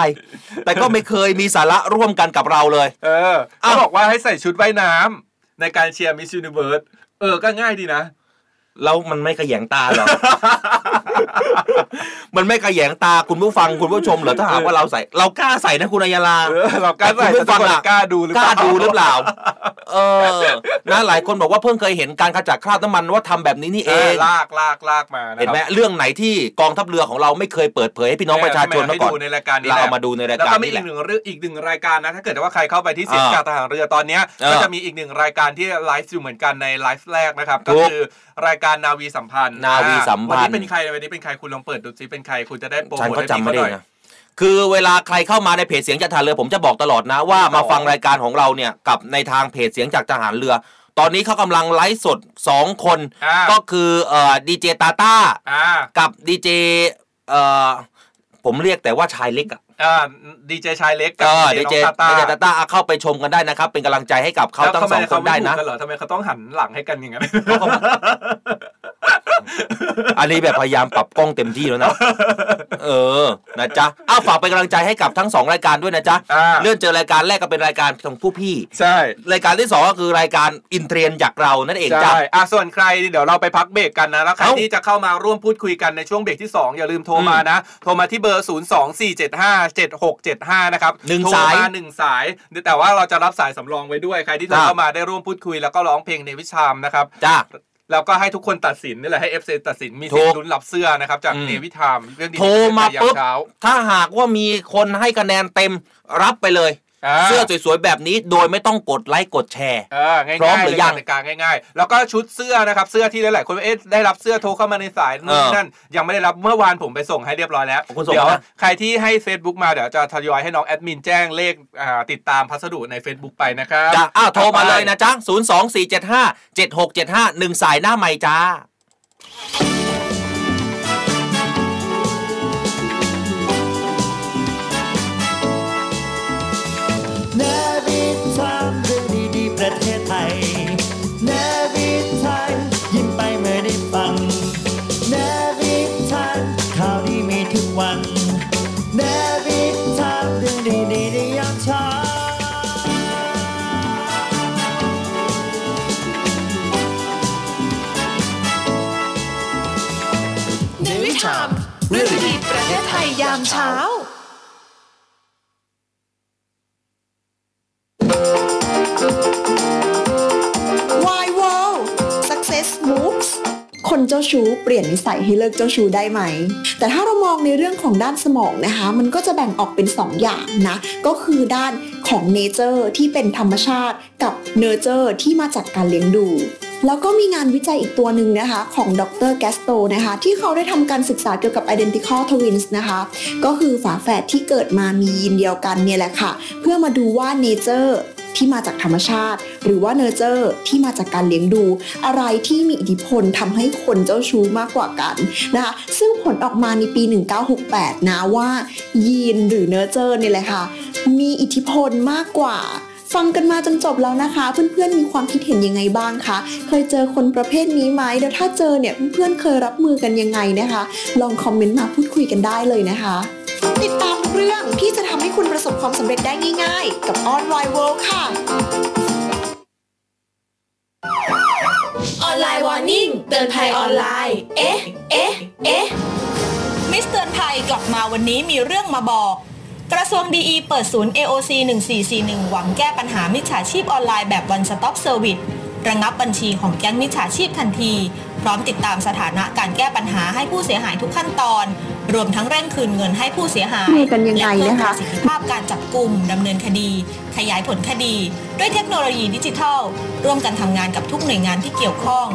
แต่ก็ไม่เคยมีสาระร่วมกันกับเราเลย เออเขาบอกว่าให้ใส่ชุดว่ายน้ำในการเชียร์มิส u n น v เ r ิร์เออก็ง่ายดีนะ แล้วมันไม่ขยงตาหรอ [LAUGHS] มันไม่ขยงตาคุณผู้ฟังคุณผู้ชมเหรอถ้าหากว่าเราใส่ เรากล้าใส่นะคุณอัยาลา เออเรากล้าใส่ แต่คุณผู้ฟังล่ะ แต่ทุกคนกล้าดูหล้าดูหรืรือเปล่ากอเปล่า เออนะหลายคนบอกว่าเพิ่งเคยเห็นการขจัดคราบน้ำมันว่าทำแบบนี้นี่เอ เออง ลากลากลากมานะ เห็นไหม ครับ เรื่องไหนที่กองทัพเรือของเราไม่เคยเปิดเผยให้พี่น้องประชาชนมาก่อน ให้ดูในรายการนี้ เรา แหละ เอามาดูในราย แล้ว การ ก็มี นี่แห อี ละ กหนึ่งเรื่องอีกหนึ่งรายการนะ ถ้าเกิดว่าใครเข้าไปที่เสียง เออ การทหารเรือตอนเนี้ย เออ ก็จะมีอีกหนึ่งรายการที่ไลฟ์อยู่เหมือนกันในไลฟ์แรกนะครับ ถู ก็ ก คือรายการนาวีสัมพันธ์ นาวีสัมพันธ์ วันนี้เป็นใครวันนี้เป็นใครคุณลองเปิดดูซิเป็นใครคุณจะได้โปร ฉัน โมท ก็ ให้ จำไม่ พี่ ได้ เขาหน่อย นะ คือเวลาใครเข้ามาในเพจเสียงจากทหารเรือ ผมจะบอกตลอดนะ ว่ามาฟังรายการของเราเนี่ย กับในทางเพจเสียงจากทหารเรือ ตอนนี้เขากำลังไลฟ์สด 2 คน อ่า ก็คือเอ่อดีเจตาต้า อ่า กับดีเจเอ่อผมเรียกแต่ว่าชายเล็กอะ อ่าดีเจชายเล็กกั เอบอดีดีเจเจน้องตาตา ดีเจตาต้าเข้าไปชมกันได้นะครับ เป็นกำลังใจให้กับเขาทั้งสองคนได้นะ แล้วทำมเขาม่ถูกกัเหรอทำไมเขาต้องหันหลังให้กันอย่างนั้น อันนี้แบบพยายามปรับกล้องเต็มที่แล้ว [LAUGHS] นะ เออ นะจ๊ะ อ้าวฝากเป็นกำลังใจให้กับทั้งสองรายการด้วยนะจ๊ะ เลื่อนเจอรายการแรกก็เป็นรายการของผู้พี่ ใช่ รายการที่สองก็คือรายการอินเทรียนจากเรานั่นเองจ้ะ ใช่อ่ะส่วนใครเดี๋ยวเราไปพักเบรกกันนะ แล้วใคร เอ้า ที่จะเข้ามาร่วมพูดคุยกันในช่วงเบรกที่ 2 อย่าลืมโทรมานะ โทรมาที่เบอร์ 024757675 นะครับ หนึ่ง โทร สาย มาหนึ่งสาย แต่ว่าเราจะรับสายสำรองไว้ด้วย ใครที่โทร ครับ เข้ามาได้ร่วมพูดคุยแล้วก็ร้องเพลงในวิชามนะครับ จ้า แล้วก็ให้ทุกคนตัดสินนี่แหละให้ FC ตัดสินมี ถู สิกทธิ์ลุ้นรับเสื้อนะครับจาก อืม เนวิทามเรื่องดีๆ โทรมา ในย ปุ๊บ เช้า ถ้าหากว่ามีคนให้คะแนนเต็มรับไปเลย อ่า เสื้อสวยๆแบบนี้โดยไม่ต้องกดไลค์กดแชร์ เออง่ายๆ พร้อมหรือยัง เลกติกาง่ายๆ แล้วก็ชุดเสื้อนะครับ เสื้อที่หลายๆ คนว่าเอ๊ะได้รับเสื้อโทรเข้ามาในสายนู่น เออ นี่นั่น ยังไม่ได้รับเมื่อวานผมไปส่งให้เรียบร้อยแล้ว คุณส่ง เดี๋ยว แล้วนะ ใครที่ให้ Facebook มาเดี๋ยวจะทยอยให้น้องแอดมินแจ้งเลขอ่าติดตามพัสดุใน Facebook ไปนะครับ จ้ะอ้าวโทรมาเลยนะจ๊ะ 02475 7675หนึ่งสายหน้าใหม่จ้า นวิทามเรื่องดีๆประเทศไทยนวิทามยิ้มไปเมื่อได้ฟังนวิทามข่าวดีมีทุกวันนวิทามเรื่องดีๆในยามเช้า ในวิชามเรื่องดีประเทศไทยยามเช้า Why World Success Moves คน เจ้าชู้เปลี่ยนนิสัยให้เลิกเจ้าชู้ได้ไหม แต่ถ้าเรามองในเรื่องของด้านสมองนะคะ มันก็จะแบ่งออกเป็น 2 อย่างนะ ก็คือด้านของเนเจอร์ที่เป็นธรรมชาติกับเนเจอร์ที่มาจากการเลี้ยงดู แล้วก็มีงานวิจัยอีกตัวหนึ่งนะคะ ของดรแกสโตนะคะ ที่เขาได้ทำการศึกษาเกี่ยวกับ identical twins นะคะ ก็คือฝาแฝดที่เกิดมามียีนเดียวกันเนี่ยแหละค่ะ เพื่อมาดูว่าเนเจอร์ที่มาจากธรรมชาติ หรือว่าเนเจอร์ที่มาจากการเลี้ยงดู อะไรที่มีอิทธิพลทำให้คนเจ้าชู้มากกว่ากันนะคะ ซึ่งผลออกมาในปี 1968 นะว่า ยีนหรือเนเจอร์เนี่ยแหละค่ะ มีอิทธิพลมากกว่า ฟังกันมาจนจบแล้วนะคะ เพื่อนๆมีความคิดเห็นยังไงบ้างคะ เคยเจอคนประเภทนี้ไหมแล้วถ้าเจอเนี่ยเพื่อนๆเคยรับมือกันยังไงนะคะ ลองคอมเมนต์มาพูดคุยกันได้เลยนะคะ ติดตามทุกเรื่องที่จะทำให้คุณประสบความสำเร็จได้ง่าย ๆ กับออนไลน์เวิลด์ค่ะ ออนไลน์วอร์นิ่งเตือนภัยออนไลน์ เอ๊ะ เอ๊ะ เอ๊ะ มิสเตอร์ไทยกลับมาวันนี้มีเรื่องมาบอก กระทรวงดีเปิดศูนย์ AOC 1441 หวังแก้ปัญหามิจฉาชีพออนไลน์แบบ One Stop Service ระงับบัญชีของแก๊งมิจฉาชีพทันที พร้อมติดตามสถานะการแก้ปัญหาให้ผู้เสียหายทุกขั้นตอน รวมทั้งเร่งคืนเงินให้ผู้เสียหาย คุยกันยังไง และนะเพิ่มคะ ประสิทธิภาพการจับกลุ่มดำเนินคดี ขยายผลคดี ด้วยเทคโนโลยีดิจิทัล ร่วมกันทำงานกับทุกหน่วยงานที่เกี่ยวข้อง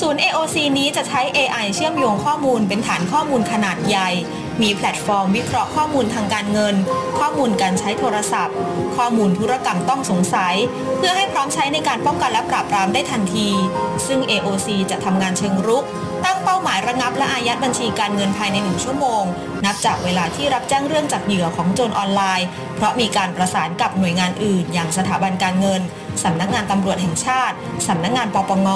ศูนย์ AOC นี้จะใช้ AI เชื่อมโยงข้อมูลเป็นฐานข้อมูลขนาดใหญ่ มีแพลตฟอร์มวิเคราะห์ข้อมูลทางการเงิน ข้อมูลการใช้โทรศัพท์ ข้อมูลธุรกรรมต้องสงสัย เพื่อให้พร้อมใช้ในการป้องกันและปราบปรามได้ทันที ซึ่ง AOC จะทำงานเชิงรุก ตั้งเป้าหมายระงับและอายัดบัญชีการเงินภายใน 1 ชั่วโมง นับจากเวลาที่รับแจ้งเรื่องจากเหยื่อของโจรออนไลน์ เพราะมีการประสานกับหน่วยงานอื่น อย่างสถาบันการเงิน สำนักงานตำรวจแห่งชาติ สำนักงานปปง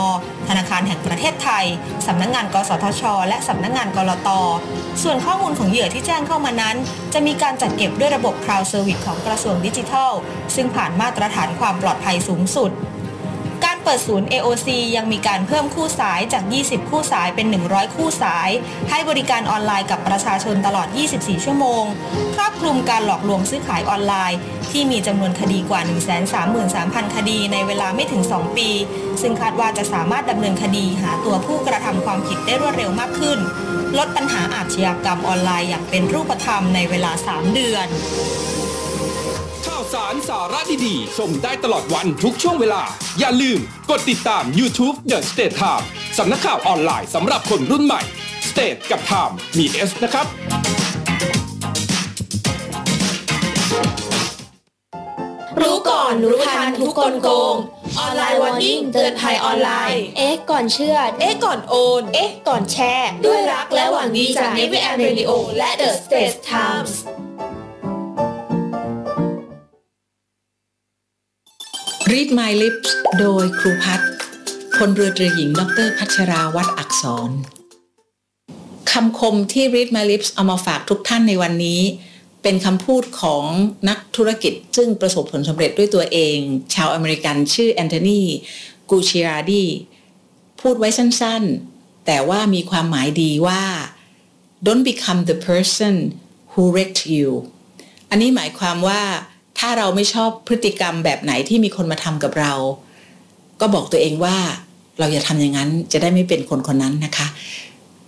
ธนาคารแห่งประเทศไทย สำนักงาน กสทช และสำนักงานกลต ส่วนข้อมูลของเหยื่อที่แจ้งเข้ามานั้น จะมีการจัดเก็บด้วยระบบ Cloud Service ของกระทรวงดิจิทัล ซึ่งผ่านมาตรฐานความปลอดภัยสูงสุด การเปิดศูนย์ AOC ยังมีการเพิ่มคู่สายจาก 20 คู่สายเป็น 100 คู่สาย ให้บริการออนไลน์กับประชาชนตลอด 24 ชั่วโมง ครอบคลุมการหลอกลวงซื้อขายออนไลน์ ที่มีจำนวนคดีกว่า 133,000 คดีในเวลาไม่ถึง 2 ปี ซึ่งคาดว่าจะสามารถดำเนินคดีหาตัวผู้กระทำความผิดได้รวดเร็วมากขึ้น ลดปัญหาอาชญากรรมออนไลน์อย่างเป็นรูปธรรมในเวลา 3 เดือน ข่าวสารสาระดีๆ ชมได้ตลอดวันทุกช่วงเวลา อย่าลืมกดติดตาม YouTube The State Time สำนักข่าวออนไลน์สำหรับคนรุ่นใหม่ State กับ Time มี S นะครับ รู้ก่อนรู้ทันทุกกลโกง ออนไลน์วอร์นิ่งเตือนภัยออนไลน์ เอ๊ะ ก่อนเชื่อ เอ๊ะ ก่อนโอน เอ๊ะ ก่อนแชร์ ด้วยรักและหวังดีจากเนวิแอมเรดิโอและเดอะสเตทไทมส์ Read My Lips โดยครูพัฒน์พลเรือตรีหญิง ดรพัชราวัตรอักษร คำคมที่ Read My Lips เอามาฝากทุกท่านในวันนี้ เป็นคำพูดของนักธุรกิจซึ่งประสบผลสำเร็จด้วยตัวเอง ชาวอเมริกันชื่อแอนโทนีกูชิราดี พูดไว้สั้นๆ แต่ว่ามีความหมายดีว่า don't become the person who wrecked you อันนี้หมายความว่า ถ้าเราไม่ชอบพฤติกรรมแบบไหนที่มีคนมาทำกับเรา ก็บอกตัวเองว่าเราอย่าทำอย่างนั้นจะได้ไม่เป็นคนคนนั้นนะคะ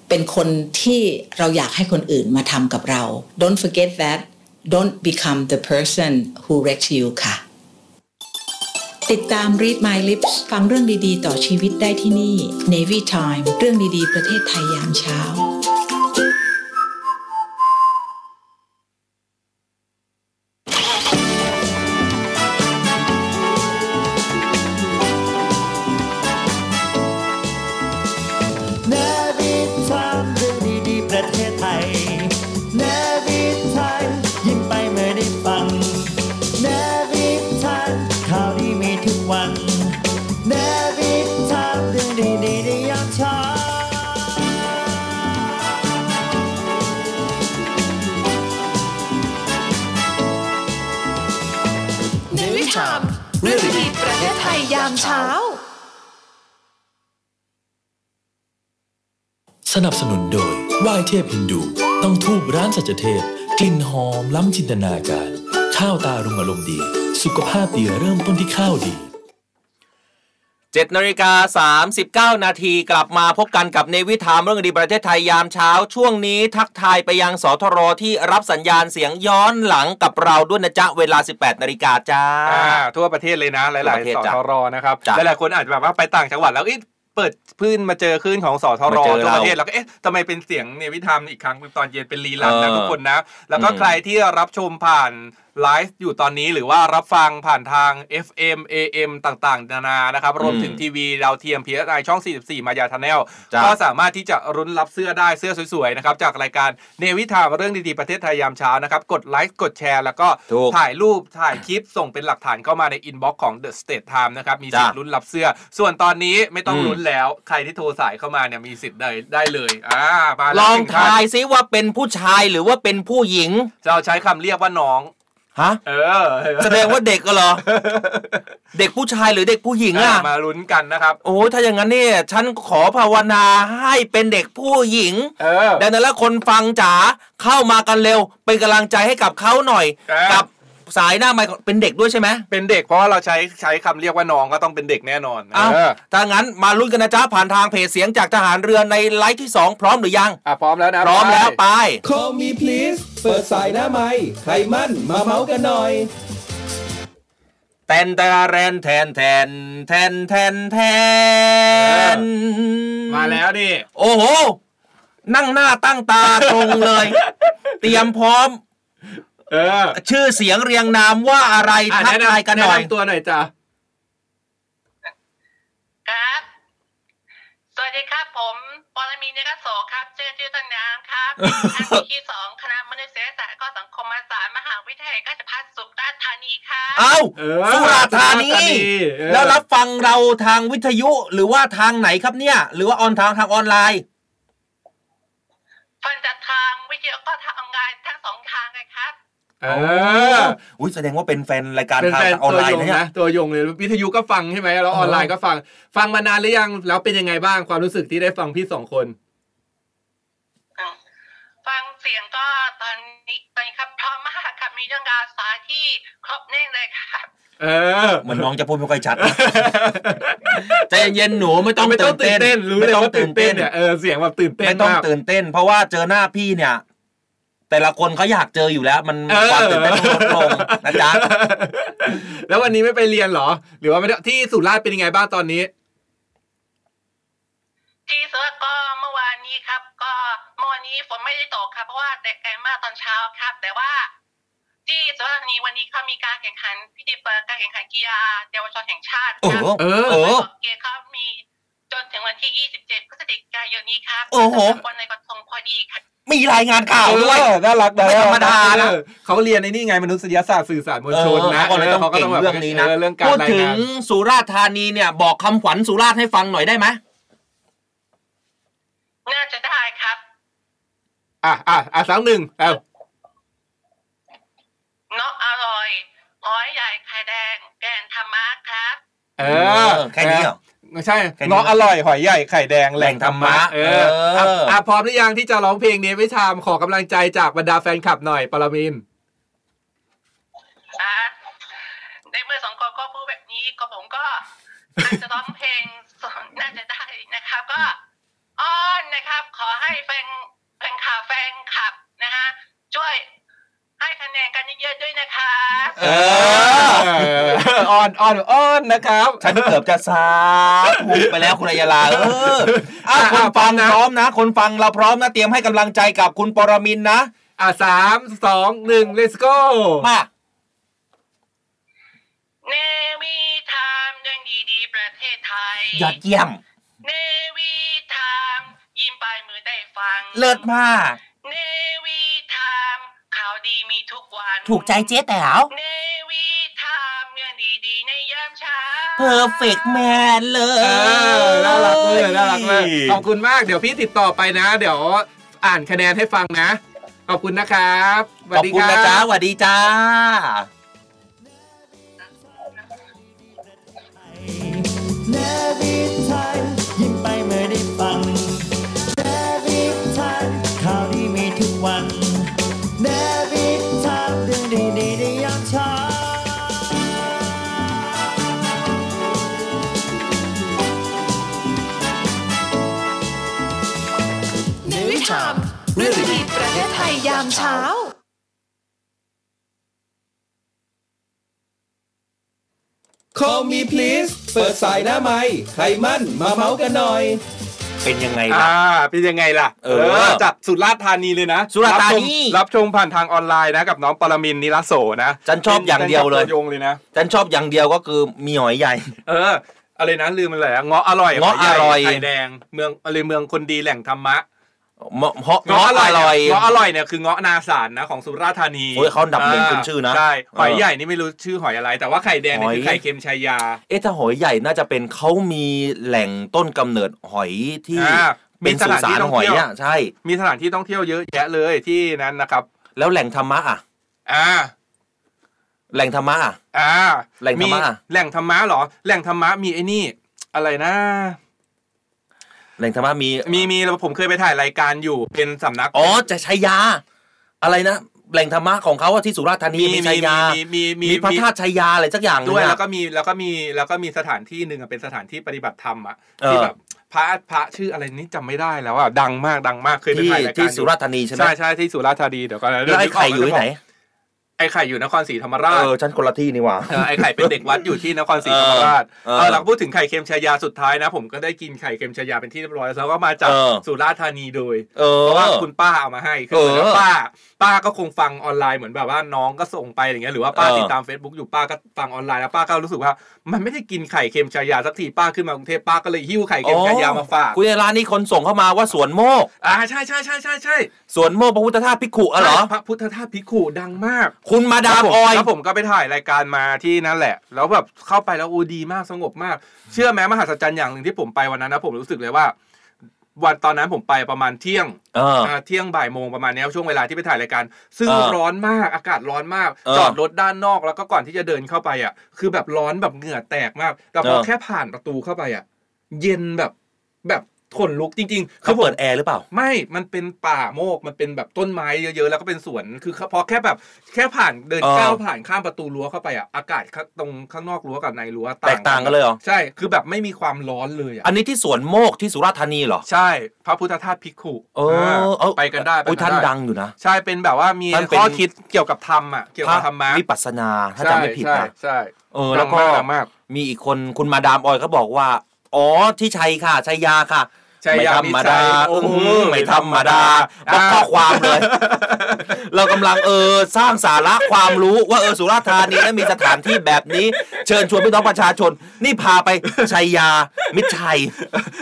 เป็นคนที่เราอยากให้คนอื่นมาทำกับเรา don't forget that don't become the person who wrecked you ค่ะ ติดตาม Read My Lips ฟังเรื่องดีๆ ต่อชีวิตได้ที่นี่ Navy Time เรื่องดีๆ ประเทศไทยยามเช้า เนวิทามเรื่องดีๆประเทศไทยเนวิทามยิ้มไปเมื่อได้ฟังเนวิทามข่าวดีมีทุกวันเนวิทามเรื่องดีๆในยามเช้า ในวิชามเรื่องดีประเทศไทยยามเช้า สนับสนุนโดยไหว้เทพฮินดูต้องทูบร้านสัจเทพ กลิ่นหอมล้ำจินตนาการ ข้าวตารุงอารมณ์ดี สุขภาพดีเริ่มต้นที่ข้าวดี 7นาฬิกา39 นาทีกลับมาพบกันกับในวิถามเรื่องดีประเทศไทยยามเช้า ช่วงนี้ทักทายไปยังสทรที่รับสัญญาณเสียงย้อนหลังกับเราด้วยนะจ๊ะ เวลา 18นาฬิกาจ้า อ่าทั่วประเทศเลยนะ ห ทั่ว ลาย ประเทศ ๆส จ้ะ ทรนะครับ จ้ะ หลายๆคนอาจจะแบบว่าไปต่างจังหวัดแล้วเอ๊ะเปิดพื้นมาเจอคลื่นของสทร มาเจอ ทั่ว เรา ประเทศแล้วก็เอ๊ะทำไมเป็นเสียงเนวิธรรมอีกครั้งตอนเย็นเป็นรีลันนะ เออ ทุกคนนะ แล้วก็ อืม ใครที่รับชมผ่านไลฟ์อยู่ตอนนี้หรือว่ารับฟังผ่านทาง FM AM ต่างๆ นานานะครับรวม อืม ถึงทีวีดาวเทียม PSI ช่อง 44 มายาทนแนล จ้ะ ก็สามารถที่จะรุ้นรับเสื้อได้เสื้อสวยๆนะครับจากรายการเนวิธามเรื่องดีๆประเทศไทยยามเช้านะครับกดไลค์กดแชร์แล้วก็ ถูก ถ่าย ถ่ายรูปถ่ายคลิปส่งเป็นหลักฐานเข้ามาในอินบ็อกซ์ของ The State Time นะครับ มีสิทธิ์ จ้ะ ลุ้นรับเสื้อ ส่วนตอนนี้ไม่ต้อง อืม ลุ้นแล้ว ใครที่โทรสายเข้ามาเนี่ยมีสิทธิ์ได้ได้เลยอ่ามาแว ลอง หนึ่ท่น ทายซิว่าเป็นผู้ชายหรือว่าเป็นผู้หญิง เราใช้คำเรียกว่าน้อง ฮะ เออ แสดงว่าเด็กก็เหรอ เด็กผู้ชายหรือเด็กผู้หญิงอ่ะ มาลุ้นกันนะครับ โอ้ยถ้าอย่างนั้นเนี่ยฉันขอภาวนาให้เป็นเด็กผู้หญิง เออ ดังนั้นแล้วคนฟังจ๋าเข้ามากันเร็ว เป็นกำลังใจให้กับเขาหน่อย กับสายหน้าไมค์เป็นเด็กด้วยใช่ไหม เป็นเด็กเพราะว่าเราใช้ใช้คำเรียกว่าน้องก็ต้องเป็นเด็กแน่นอน อ้าว เออ ถ้างั้นมาลุ้นกันนะจ๊ะ ผ่านทางเพจเสียงจากทหารเรือในไลฟ์ที่ 2 พร้อมหรือยัง อ่ะพร้อมแล้วนะ พร้อมแล้วไป Call me please เปิดสายหน้าไม้ใครมั่นมาเมาส์กันหน่อย แทนแทนแทนแทนแทนแทนแทน มาแล้วดิ โอ้โห นั่งหน้าตั้งตาตรงเลย [LAUGHS] เตรียมพร้อม เออ ชื่อเสียงเรียงนามว่าอะไร อ่ะ ทัก แะำ ทายกันหน่อย แะำตัวหน่อยจ้ะ สวัสดีครับผมปรมีเนกโสครับชื่อชื่อตั้งน้ำครับคณะที่สองคณะมนุษยศาสตร์ก็สังคมศาสตร์มหาวิทยาลัยราชภัฏสุราษฎร์ธานีครับ เอาสุราษฎร์ธานี สุราษฎร์เออ แล้วรับฟังเราทางวิทยุหรือว่าทางไหนครับเนี่ย หรือว่าออนทางทางออนไลน์ ฟังจากทางวิทยาก็ทำงานทั้งสองทางเลยครับ เออ อุ้ยแสดงว่าเป็นแฟนรายการ เป็น ทาง แฟน ออน ตัว ไล ย น์ ง นะเนี่ย นะตัวยงเลยวิทยุก็ฟังใช่ไหมแล้วออนไลน์ก็ฟัง ฟังมานานหรือยังแล้วเป็นยังไงบ้างความรู้สึกที่ได้ฟังพี่สองคน ฟังเสียงก็ตอนนี้ตอนนี้ครับพร้อมมากครับมีเรื่องราวสาที่ครบแน่นเลยครับ เออ เหมือนน้องจะพูดไม่ค่อยชั [LAUGHS] ดนะ ใจเย็นๆหนูไม่ต้อง ไม่ต้องตื่นเต้นรู้เลย ไม่ต้อง ว่าตื่นเต้นเนี่ยเออเสียงแบบตื่นเต้น ไม่ต้อง มาก ตื่นเต้น เพราะว่าเจอหน้าพี่เนี่ย แต่ละคนเขาอยากเจออยู่แล้ว มัน เออ ความตื่นเต้นมันลดลงนะจ๊ะ [LAUGHS] แล้ววันนี้ไม่ไปเรียนเหรอ หรือว่าไม่ได้ที่สุราษฎร์เป็นยังไงบ้างตอนนี้ ที่สุดก็เมื่อวานนี้ครับ ก็เมื่อวานนี้ฝนไม่ได้ตกครับเพราะว่าแดดแรงมากตอนเช้าครับ แต่ว่า ที่สุราษฎร์ธานีวันนี้เขามีการแข่งขันพิธีเปิดการแข่งขันกีฬาเยาวชนแห่งชาติครับ โอ้โหเออ โดยขบเกณฑ์เขามีจนถึงวันที่ 27 พฤศจิกายนนี้ครับ โอ้โห วันในกระทงพอดีครับ มีรายงานข่าวด้วย เออน่ารักนะ ไม่ธรรมดานะ เออเขาเรียนในนี่ไงมนุษยศาสตร์สื่อสารมวลชนนะ เออเขาก็เลยต้องเก่งเรื่องนี้นะ เรื่องการ พูด ราย ถึง งาน สุราษฎร์ธานีเนี่ย บอกคำขวัญสุราษฎร์ให้ฟังหน่อยได้ไหม น่าจะได้ครับ อ่ะอ่ะอ่ะสักหนึ่งเอา เนาะอร่อยร้อยใหญ่ไข่แดงแกงธรรมะครับ เอ เอ อ อแค่นี้เหรอ ไม่ใช่ แค่นี้ เงาะอร่อยหอยใหญ่ไข่แดงแหล่งธรรมะ แหล่ เอง ธรรมะ อ เอออ่ อ่ะพร้อมหรือยังที่จะร้องเพลงนี้ไม่ทามขอกำลังใจจากบรรดาแฟนคลับหน่อยปรมิน ในเมื่อสองคนก็พูดแบบนี้ก็ผม [LAUGHS] ก็อาจจะร้องเพลงสองน่าจะได้นะครับ ก็อ้อนนะครับ ขอให้แฟนแฟนข่าวแฟนคลับนะฮะช่วยให้คะแนนกันเยอะๆด้วยนะคะ เอออ่อนอ่อนอ่อนนะครับ ฉันเกือบจะสาธุไปแล้วคุณอัยยาลาเอออ่ะคนฟังพร้อมนะ คนฟังเราพร้อมนะ เตรียมให้กำลังใจกับคุณปรมินทร์นะ อ่ะสามสองหนึ่ง let's go มา เนวิทามเรื่องดีๆ ประเทศไทย ยอดเยี่ยม เนวิทามยิ้มปลายมือได้ฟัง เลิศมาก เนวีไทามข่าวดีมีทุกวัน ถูกใจเจ๊แต๋ว เนวีไทามเรื่องดีๆในยามเช้า เพอร์เฟกแมนเล เออย น่ารักเลยน่ารักเลยขอบคุณมากเดี๋ยวพี่ติดต่อไปนะ เดี๋ยวอ่านคะแนนให้ฟังนะ ขอบคุณนะครับสวัสขดีอบคุณนะจ๊ะสวัสดีจ้า นวิทานยิ้มไปเมื่อได้ฟังนวิทานข่าวดีมีทุกวันนวิทานเรื่องดีๆในยามเช้า ชาม เรื่องดีๆประเทศไทยยามเช้า Call me please เปิดสายหน้าไม้ใครมั่นมาเมาส์กันหน่อย เป็นยังไงล่ะ อ่าเป็นยังไงล่ะ เออ จากสุราษฎร์ธานีเลยนะ สุราษฎร์ธานี รับชมรับชมผ่านทางออนไลน์นะกับน้องปรมินทร์นิรัสโสนะ ฉันชอบอย่างเดียวเลย ป็นจันทร์ตังเลยนะ ฉันชอบอย่างเดียวก็คือมีหอยใหญ่ เออ อะไรนะลืมมันเลยอะเงาะอร่อย เงาะอร่อย ไข่แดงเมืองอะไรเมืองคนดีแหล่งธรรมะ เงาะเงาะอร่อย เงาะอร่อยเนี่ยคือเงาะนาสารนะของสุราษฎร์ธานี โอ้ยเขาอันดับหนึ่งขึ้นชื่อนะ ใช่หอย เออ ใหญ่นี่ไม่รู้ชื่อหอยอะไร แต่ว่าไข่แดงนี่ หอย คือไข่เค็มชายา เอ๊ะถ้าหอยใหญ่น่าจะเป็นเขามีแหล่งต้นกำเนิดหอยที่ อ่า เป็นสุสานหอยเนี่ย มีสถานที่ท่องเที่ยว ใช่ มีสถานที่ท่องเที่ยวเยอะแยะเลยที่นั้นนะครับ แล้วแหล่งธรรมะอ่ะ อ่า แหล่งธรรมะอ่ะ อ่า แหล่งธรรมะอะ แหล่งธรรมะเหรอ แหล่งธรรมะมีไอ้นี่ อะไรนะ แหล่งธรรมะมี มีมีผมเคยไปถ่ายรายการอยู่เป็นสำนัก อ๋อจะใช้ยา อะไรนะแหล่งธรรมะของเขาอะที่สุราษฎร์ธานี มี มีชัยยา มีมีมีมี มีพระธาตุชัยยาอะไรสักอย่างหนึ่ง ด้วย อะ แล้วก็มีแล้วก็มีแล้วก็มีสถานที่หนึ่งอะเป็นสถานที่ปฏิบัติธรรมอ่ะ เออ ที่แบบพระพระชื่ออะไรนี่จำไม่ได้แล้วอ่ะดังมากดังมากเคยไป ที่ ถ่ายรายการ ที่ อ สุ ยู่ ราษฎร์ธานีใช่ไหม ใช่ใช่ที่สุราษฎร์ธานีเดี๋ยวก่อนนะ แล้วไอ้ไข่อยู่ที่ไหน ไอ้ไข่อยู่นครศรีธรรมราช เออฉันคนละที่นี่หว่า เออไอไข่เป็นเด็กวัดอยู่ที่นครศรีธรรมราช เออ เออเราพูดถึงไข่เค็มชายาสุดท้ายนะ ผมก็ได้กินไข่เค็มชายาเป็นที่เรียบร้อยแล้วก็มาจาก เออ สุราษฎร์ธานีโดย เออ ราะว่าคุณป้าเอามาให้คือ เออ เหมือนกับป้า ป้าก็คงฟังออนไลน์เหมือนแบบว่าน้องก็ส่งไปอย่างเงี้ยหรือว่าป้า เออ ติดตาม Facebook อยู่ป้าก็ฟังออนไลน์แล้วป้าก็รู้สึกว่า มันไม่ได้กินไข่เค็มชายาสักทีป้าขึ้นมากรุงเทพป้าก็เลยหิ้วไข่เค็มชายามาฝาก อ๋อคุณในร้านนี้คนส่งเข้ามาว่าสวนโมก อ่าใช่ใช่ใช่ใช่ใช่ สวนโมกพระพุทธธาตุพิกขุอะเหรอ พระพุทธธาตุพิกขุดังมาก คุณมาดามออย แล้วผมก็ไปถ่ายรายการมาที่นั่นแหละ แล้วแบบเข้าไปแล้วโอ้ดีมากสงบมาก เชื่อไหมมหัศจรรย์อย่างหนึ่งที่ผมไปวันนั้นนะผมรู้สึกเลยว่า วันตอนนั้นผมไปประมาณเที่ยง เอออ่ าเที่ยงบ่ายโมงประมาณเนี้ยช่วงเวลาที่ไปถ่ายรายการ ซึ่ง เออ ร้อนมากอากาศร้อนมาก เออ จอดรถด้านนอกแล้วก็ก่อนที่จะเดินเข้าไปอ่ะ คือแบบร้อนแบบเหงื่อแตกมาก แต่พอ เออ แค่ผ่านประตูเข้าไปอ่ะ เย็นแบบแบบขนลุกจริงๆคื เขา อผม เปิดแอร์หรือเปล่า ไม่ มันเป็นป่าโมก มันเป็นแบบต้นไม้เยอะๆ แล้วก็เป็นสวน คือพอแค่แบบแค่ผ่านเดิน เออ ก้าวผ่านข้ามประตูรั้วเข้าไปอะอากาศข้างตรงข้างนอกรั้วกับในรั้ว แตกต่างกันเลยเหรอ ใช่ คือแบบไม่มีความร้อนเลยอะ อันนี้ที่สวนโมกที่สุราษฎร์ธานีเหรอ ใช่ พระพุทธธาตุพิกขุ เออเอา ไปกันได้ไป โอ้ย กั ท่าน ได้ ดังอยู่นะ ใช่ เป็นแบบว่ามี ท่านเป็น ข้อคิดเกี่ยวกับธรรมอะเกี่ยวกับธรรมะ วิปัสสนาถ้าจำไม่ผิด ใช่ นะ ใช่ เออแล้วก็ ดังมากดังมาก มีอีกคนคุณมาดามออยเขาบอกว่า อ๋อที่ชัยค่ะชัยยาค่ะ ชัย ไม่ ยา ธรรมดา นี่ชัยโอ้ อื้อ โห หือไม่ธรรมดาบ อ่า อกข้อความเลย [LAUGHS] เรากำลังเออสร้างสาระความรู้ว่าเออสุราษฎร์ธานีนั้นมีสถานที่แบบนี้ เชิญชวนพี่น้องประชาชน นี่พาไปชัยยามิตรชัย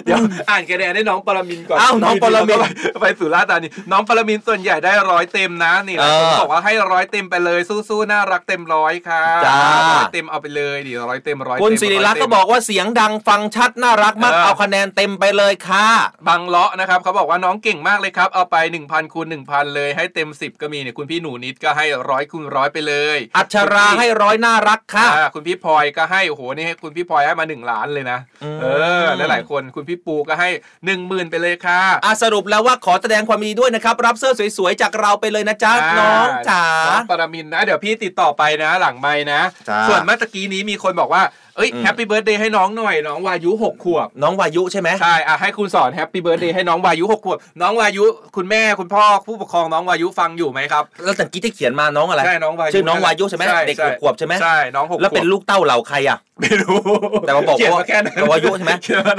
เดี๋ยวอ่านคะแนนให้น้องปรมินทร์ก่อน อ้าวน้องปรมินทร์ ไปไปสุราษฎร์ธานีน้องปรมินทร์ส่วนใหญ่ได้ร้อยเต็มนะนี่แหละ เออ ผมบอกว่าให้ร้อยเต็มไปเลยสู้ๆน่ารักเต็มร้อยค่ะ จ้า ร้อยเต็มเอาไปเลยดิร้อยเต็มร้อยเต็ม คุณศิริรักษ์ก็บอกว่าเสียงดังฟังชัดน่ารักมากเอาคะแนนเต็มไปเลยค่ะ บังเลาะนะครับเขาบอกว่าน้องเก่งมากเลยครับ เอาไป 1,000คูณ1,000 เลยให้เต็ม 10 ก็มีเนี่ยคุณพี่หนูนิดก็ให้ร้อยคูณร้อยไปเลย อัชราให้ร้อยน่ารักค่ะ อ่าคุณพี่พลอยก็ให้โอ้โหนี่ให้คุณพี่พลอยให้มาหนึ่งล้านเลยนะเออและหลายคนคุณพี่ปูก็ให้หนึ่งหมื่นไปเลยค่ะ อ่ะสรุปแล้วว่าขอแสดงความยินดีด้วยนะครับ รับเสื้อสวยๆ จากเราไปเลยนะจ๊ะ น้องจ๋า น้องปรมินทร์นะ เดี๋ยวพี่ติดต่อไปนะ หลังไม้นะ จ้า ส่วนเมื่อตะกี้นี้มีคนบอกว่า เอ้ย อืม แฮปปี้เบิร์ดเดย์ให้น้องหน่อย น้องวายุหกขวบ น้องวายุใช่ไหม ใช่อ่ะให้คุณสอนแฮปปี้เบิร์ดเดย์ให้น้องวายุหกขวบ น้องวายุ คุณแม่คุณพ่อผู้ปกครองน้องวายุฟังอยู่ไหมครับ แล้วแต่กี้ที่เขียนมาน้องอะไร ใช่น้องวายุ ชื่อน้องวายุใช่ไหมเด็กหกขวบใช่ไหม ใช่น้องหกขวบ แล้วเป็นลูกเต้าเหล่าใครอ่ะ ไม่รู้ แต่ว่าบอก เขียน ว่า มาแค่นั้น วายุใช่ไหม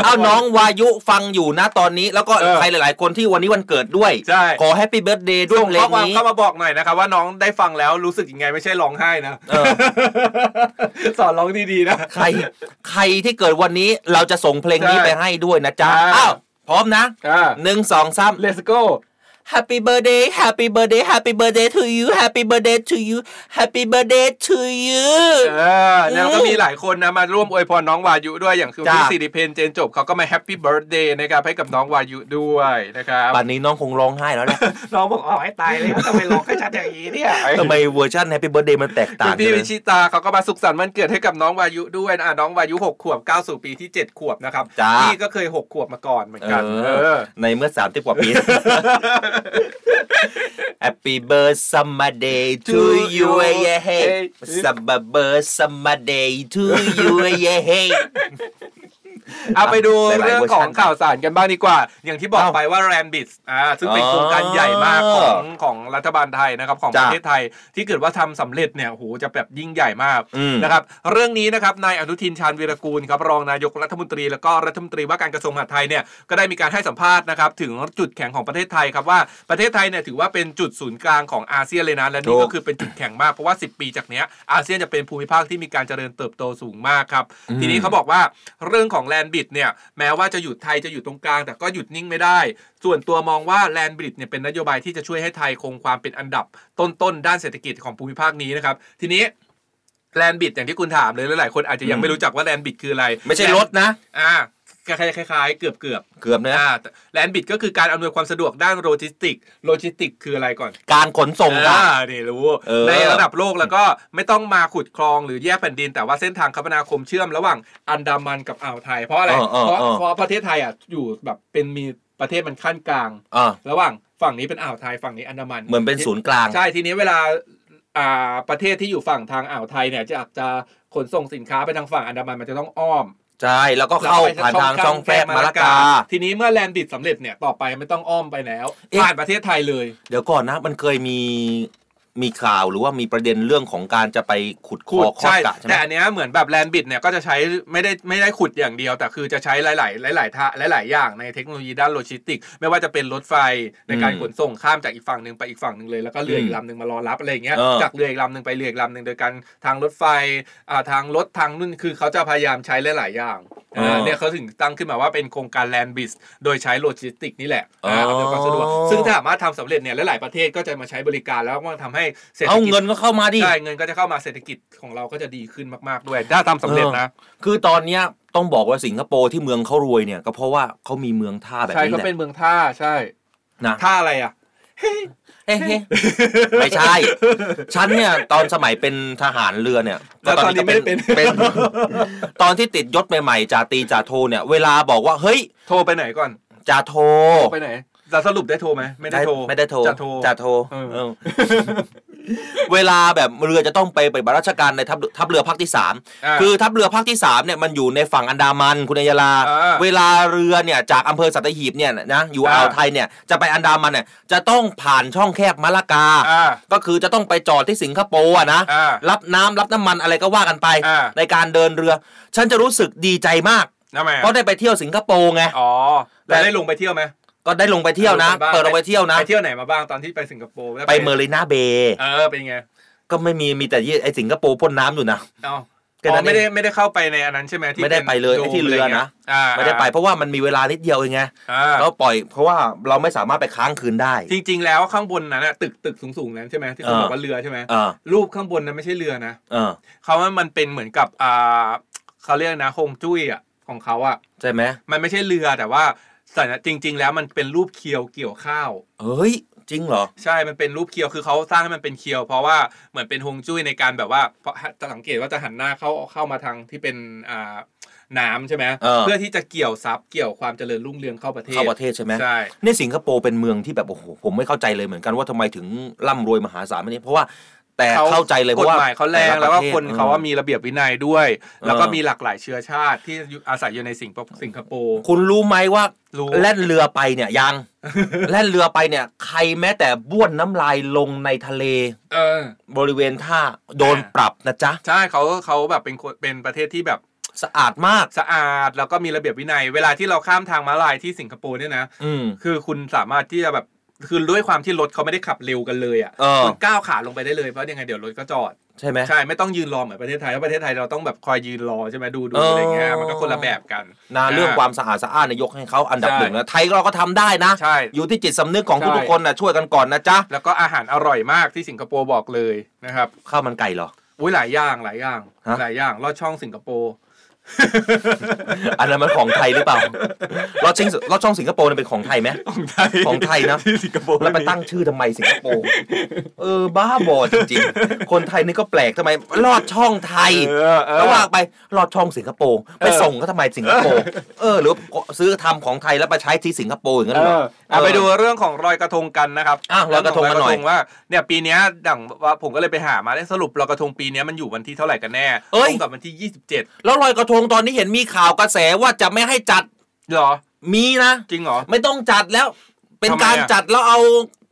เอ้าน้องวายุฟังอยู่นะตอนนี้ แล้วก็ เออ ใครหลาย ๆ คนที่วันนี้วันเกิดด้วย ใช่ ขอแฮปปี้เบิร์ดเดย์ด้วย ส่ง เพล ข้อง ความ นี้ เข้ามาบอกหน่อยนะครับว่าน้องได้ฟังแล้วรู้สึกยังไงไม่ใช่ร้องไห้นะ เออ สอนร้องดีๆนะ ใครใครที่เกิดวันนี้เราจะส่งเพลงนี้ ใช่ ไปให้ด้วยนะจ๊ะ อ่า อ้าวพร้อมนะ อ่า หนึ่งสองสาม Let's go Happy birthday Happy birthday Happy birthday to you Happy birthday to you Happy birthday to you เออแล้วก็มีหลายคนนะมาร่วมอวยพรน้องวายุด้วยอย่างคือ จ้ะ พี่สิริเพนเจนจบเขาก็มาแฮปปี้เบิร์ดเดย์นะครับให้กับน้องวายุด้วยนะครับ ป่านนี้น้องคงร้องไห้แล้วแห [LAUGHS] ละ น้องบอกอ๋อให้ตายเลยทำไมร้องให้ชัดอย่างนี้เนี่ย ทำไมเวอร์ชัน Happy birthday มันแตกต่า คุ ง ณ กั พี่ นเล วิ ย ชิตาเขาก็มาสุขสันต์วันเกิดให้กับน้องวายุด้วยนะอ่ะน้องวายุหกขวบก้าวสู่ปีที่เจ็ดขวบนะครับ จ้ะ พี่ก็เคยหกขวบมาก่อนเหมือน เอ กันเอ อ อ ในเมื่อสามสิบกว่าปี [LAUGHS] Happy birthday summer day to you yeah hey summer birthday summer day to you yeah hey [LAUGHS] เอาไปดู หลายๆ เรื่อง เวอร์ ข ชั อง น ข่าวสารกันบ้างดีกว่า อย่างที่บอกไปว่าแรมบิสอ่าซึ่งเป็นโครงการใหญ่มากของของรัฐบาลไทยนะครับของประเทศไทยที่เกิดว่าทำสำเร็จเนี่ยโอ้โหจะแบบยิ่งใหญ่มาก อืม นะครับ เรื่องนี้นะครับนายอนุทินชาญวีรกูลครับรองนายกรัฐมนตรีแล้วก็รัฐมนตรีว่าการกระทรวงมหาดไทยเนี่ยก็ได้มีการให้สัมภาษณ์นะครับถึงจุดแข็งของประเทศไทยครับว่าประเทศไทยเนี่ยถือว่าเป็นจุดศูนย์กลางของอาเซียนเลยนะและถูนี่ก็ ก คือเป็นจุดแข็งมากเพราะว่า 10 ปีจากเนี้ยอาเซียนจะเป็นภูมิภาคที่มีการเจริญเติบโตสูงมากครับ อืม ทีนี้เขาบอกว่าเรื่องของแลนบิดเนี่ยแม้ว่าจะหยุดไทยจะอยู่ตรงกลาง แต่ก็หยุดนิ่งไม่ได้ ส่วนตัวมองว่าแลนบิดเนี่ยเป็นนโยบายที่จะช่วยให้ไทยคงความเป็นอันดับ ต้นๆด้านเศรษฐกิจของภูมิภาคนี้นะครับทีนี้ แลนบิดอย่างที่คุณถามเลยหลายๆคนอาจจะยังไม่รู้จักว่าแลนบิดคืออะไร ไม่ใช่รถนะ อ่าคล้ายๆคล้ายๆเกือบเกือบ เกือบนะ อ่าแลนบิดก็คือการอำนวยความสะดวกด้านโลจิสติก โลจิสติกคืออะไรก่อน การขนส่ง อ่า ค่ะ นี่รู้ เออ ในระดับโลกแล้วก็ไม่ต้องมาขุดคลองหรือแยกแผ่นดิน แต่ว่าเส้นทางคมนาคมเชื่อมระหว่างอันดามันกับอ่าวไทย เพราะอะไร เออเออ เพราะ เออ เพราะประเทศไทยอ่ะอยู่แบบเป็นมีประเทศมันขั้นกลาง อ่า ระหว่างฝั่งนี้เป็นอ่าวไทยฝั่งนี้อันดามัน เหมือนเป็นศูนย์กลาง ใช่ทีนี้เวลาอ่าประเทศที่อยู่ฝั่งทางอ่าวไทยเนี่ยจะอาจจะขนส่งสินค้าไปทางฝั่งอันดามันมันจะต้องอ้อม ใช่แล้วก็เข้าผ่านทางช่องแฟบมาละกา ทีนี้เมื่อแลนด์บิดสำเร็จเนี่ยต่อไปไม่ต้องอ้อมไปแล้ว เอ๊ะ ผ่านประเทศไทยเลย เดี๋ยวก่อนนะ มันเคยมีมีข่าวหรือว่ามีประเด็นเรื่องของการจะไปขุดค ขุ อ ด คอ ใช่ กะใช่ไหม แต่อันเนี้ยเหมือนแบบแลนบิดเนี่ยก็จะใช้ไม่ได้ไม่ได้ขุดอย่างเดียว แต่คือจะใช้หลายๆหลายๆท่าหลายๆอย่างในเทคโนโลยีด้านโลจิสติกส์ไม่ว่าจะเป็นรถไฟในการ อืม ขนส่งข้ามจากอีกฝั่งหนึ่งไปอีกฝั่งหนึ่งเลยแล้วก็เรืออี อื ก ม ลำหนึ่งมารอรับอะไรอย่างเงี้ย เออ จากเรืออีกลำหนึ่งไปเรืออีกลำหนึ่งโดยการทางรถไฟอ่าทางรถทางนู่นคือเขาจะพยายามใช้หลายๆอย่างอ่าเนี่ยเขาถึงตั้งขึ้นมาว่าเป็นโครงการแลนบิสโดยใช้โลจิสติกส์นี่แหละอ่าอำนวยความสะดวกซึ่งถ้าสามารถทำสำเร็จเนี่ยหลายๆประเทศก็จะมาใช้บริการแล้วมันทำให้เศรษฐกิจ เอาเงินก็เข้ามาดิ ใช่เงินก็จะเข้ามาเศรษฐกิจของเราก็จะดีขึ้นมาก ๆ ด้วย ถ้าทำสำเร็จนะ ออคือตอนเนี้ยต้องบอกว่าสิงคโปร์ที่เมืองเขารวยเนี่ย ก็เพราะว่าเขามีเมืองท่าแบบ ใช่ นี้ ก็ แหละ เป็นเมืองท่าใช่ นะ ท่าอะไร [LAUGHS] อ่ะ เอ๊ะเอ๊ะไม่ใช่ ฉันเนี่ยตอนสมัยเป็นทหารเรือเนี่ย แล้วตอนนี้ ก็ ไม่ได้เป็น ตอนที่ติดยศใหม่ๆจ่าตรีจ่าโทเนี่ย เวลาบอกว่าเฮ้ย โทรไปไหนก่อน จ่าโท โทรไปไหนแต่สรุปได้โทรไหมไม่ได้โทร ไม่ได้โทร จะโทร จ่าโทเออเวลาแบบเรือจะต้องไปปฏิบัติราชการในทัพทัพเรือภาคที่สาม อ่า คือทัพเรือภาคที่สามเนี่ยมันอยู่ในฝั่งอันดามันคุณอัยยาลา เวลาเรือเนี่ยจากอำเภอสัตหีบเนี่ยนะอยู่อ่าวไทยเนี่ยจะไปอันดามันเนี่ยจะต้องผ่านช่องแคบมะละกา ก็คือจะต้องไปจอดที่สิงคโปร์อะนะรับน้ำรับน้ำมันอะไรก็ว่ากันไป ในการเดินเรือ ฉันจะรู้สึกดีใจมาก ทำไม เพราะได้ไปเที่ยวสิงคโปร์ไง อ๋อแต่ได้ลงไปเที่ยวไหม ก็ได้ลงไปเที่ยวนะ บ้าง เปิดลงไปเที่ยวนะ ไปเที่ยวไหนมาบ้างตอนที่ไปสิงคโปร์แล้ว ไปเมอร์ลิน่าเบย์ เออเป็นไง ก็ไม่มีมีแต่ยี่ไอสิงคโปร์พ่นน้ำอยู่นะ เอา แค่นั้น อ๋อไม่ได้ เอง ไม่ได้เข้าไปในอันนั้นใช่ไหมที่ ไม่ได้ไปเลย น ไอ้ที่ โม เรือนะ อ่า ไม่ได้ไปเพราะว่ามันมีเวลานิดเดียวเองไง อ่า แล้วปล่อยเพราะว่าเราไม่สามารถไปค้างคืนได้ จริง ๆ แล้วข้างบนนั้นน่ะตึกตึกสูงๆนั้นใช่ไหมที่คุณ อ่า บอกว่าเรือใช่ไหม อ่า รูปข้างบนนั้นไม่ใช่เรือนะ อ่า เขาว่ามันเป็นเหมือนกับอ่าเขาเรียกนะฮงจุ้ยอ่ะของเขาอ่ะ ใช่ไหม มันไม่ใช่เรือแต่ว่าสัญจริง ๆ แล้วมันเป็นรูปเคียวเกี่ยวข้าว เฮ้ย จริงเหรอ ใช่ มันเป็นรูปเคียว คือเขาสร้างให้มันเป็นเคียว เพราะว่าเหมือนเป็นฮวงจุ้ยในการแบบว่าเพราะจะสังเกตว่าจะหันหน้าเข้าเข้ามาทางที่เป็นอ่าน้ำใช่ไหม เออ เพื่อที่จะเกี่ยวทรัพย์เกี่ยวความเจริญรุ่งเรืองเข้าประเทศ เข้าประเทศใช่ไหม ใช่ เนี่ยสิงคโปร์เป็นเมืองที่แบบโอ้โหผมไม่เข้าใจเลยเหมือนกันว่าทำไมถึงร่ำรวยมหาศาลไม่นี้เพราะว่าแต่เข้าใจเลยเพ ก ราะ ฎ ว่า หมายเขาแรง ต่ะ แล้วก็ ประทศ คนเขาว่ามีระเบียบวินัยด้วย แล้วก็ เออ มีหลากหลายเชื้อชาติที่อยู่อาศัยอยู่ในสิงคโปร์สิงคโปร์ คุณรู้ไหมว่า รู้ แล่นเรือไปเนี่ยยัง [LAUGHS] แล่นเรือไปเนี่ย ใครแม้แต่บ้วนน้ำลายลงในทะเล เออ บริเวณท่าโดนปรับนะจ๊ะ ใช่เขาเขาแบบเป็นคนเป็นประเทศที่แบบ สะอาดมาก สะอาดแล้วก็มีระเบียบวินัย เวลาที่เราข้ามทางม้าลายที่สิงคโปร์เนี่ยนะ อืม คือคุณสามารถที่จะแบบคือด้วยความที่รถเขาไม่ได้ขับเร็วกันเลยอ่ะ เออ คุณก้าวขาลงไปได้เลยเพราะยังไงเดี๋ยวรถก็จอด ใช่ไหม ใช่ไม่ต้องยืนรอเหมือนประเทศไทยเพราะประเทศไทยเราต้องแบบคอยยืนรอใช่ไหมดูดู เอออ อะไรเงี้ยมันก็คนละแบบกัน นะเรื่องความสะอาดสะอ้านเนยยกให้เขาอันดับ ใช่ หนึ่งนะไทยเราก็ทำได้นะ ใช่ อยู่ที่จิตสำนึกของ ใช่ ทุกๆคนนะช่วยกันก่อนนะจ๊ะ แล้วก็อาหารอร่อยมากที่สิงคโปร์บอกเลยนะครับ ข้าวมันไก่เหรอ อุ้ยหลายอย่างหลายอย่าง ฮะ หลายอย่างลอดช่องสิงคโปร์ อันนั้นมันของไทยหรือเปล่า ลอดช่องลอดช่องสิงคโปร์เนี่ยเป็นของไทยไหม ของไทย ของไทยนะ สิงคโปร์ แล้วไปตั้งชื่อทำไมสิงคโปร์ เออบ้าบอจริงๆ คนไทยนี่ก็แปลกทำไมลอดช่องไทย เออเออ แล้วว่าไปลอดช่องสิงคโปร์ไปส่งก็ทำไมสิงคโปร์ เออหรือซื้อทำของไทยแล้วไปใช้ที่สิงคโปร์อย่างนั้นเหรอ เอาไปดูเรื่องของรอยกระทงกันนะครับ อ่ะลอยกระทงกันหน่อย เว่าเนี่ยปีเนี้ยดั่งว่าผมก็เลยไปหามาได้สรุปลอยกระทงปีเนี้ยมันอยู่วันที่เท่าไหร่กันแน่ตรงกับวันที่ 27 แล้วลอยกระท ทงตอนนี้เห็นมีข่าวกระแสว่าจะไม่ให้จัด เหรอ มีนะ จริงเหรอ ไม่ต้องจัดแล้ว เป็น ทำไมอะ การจัดแล้วเอา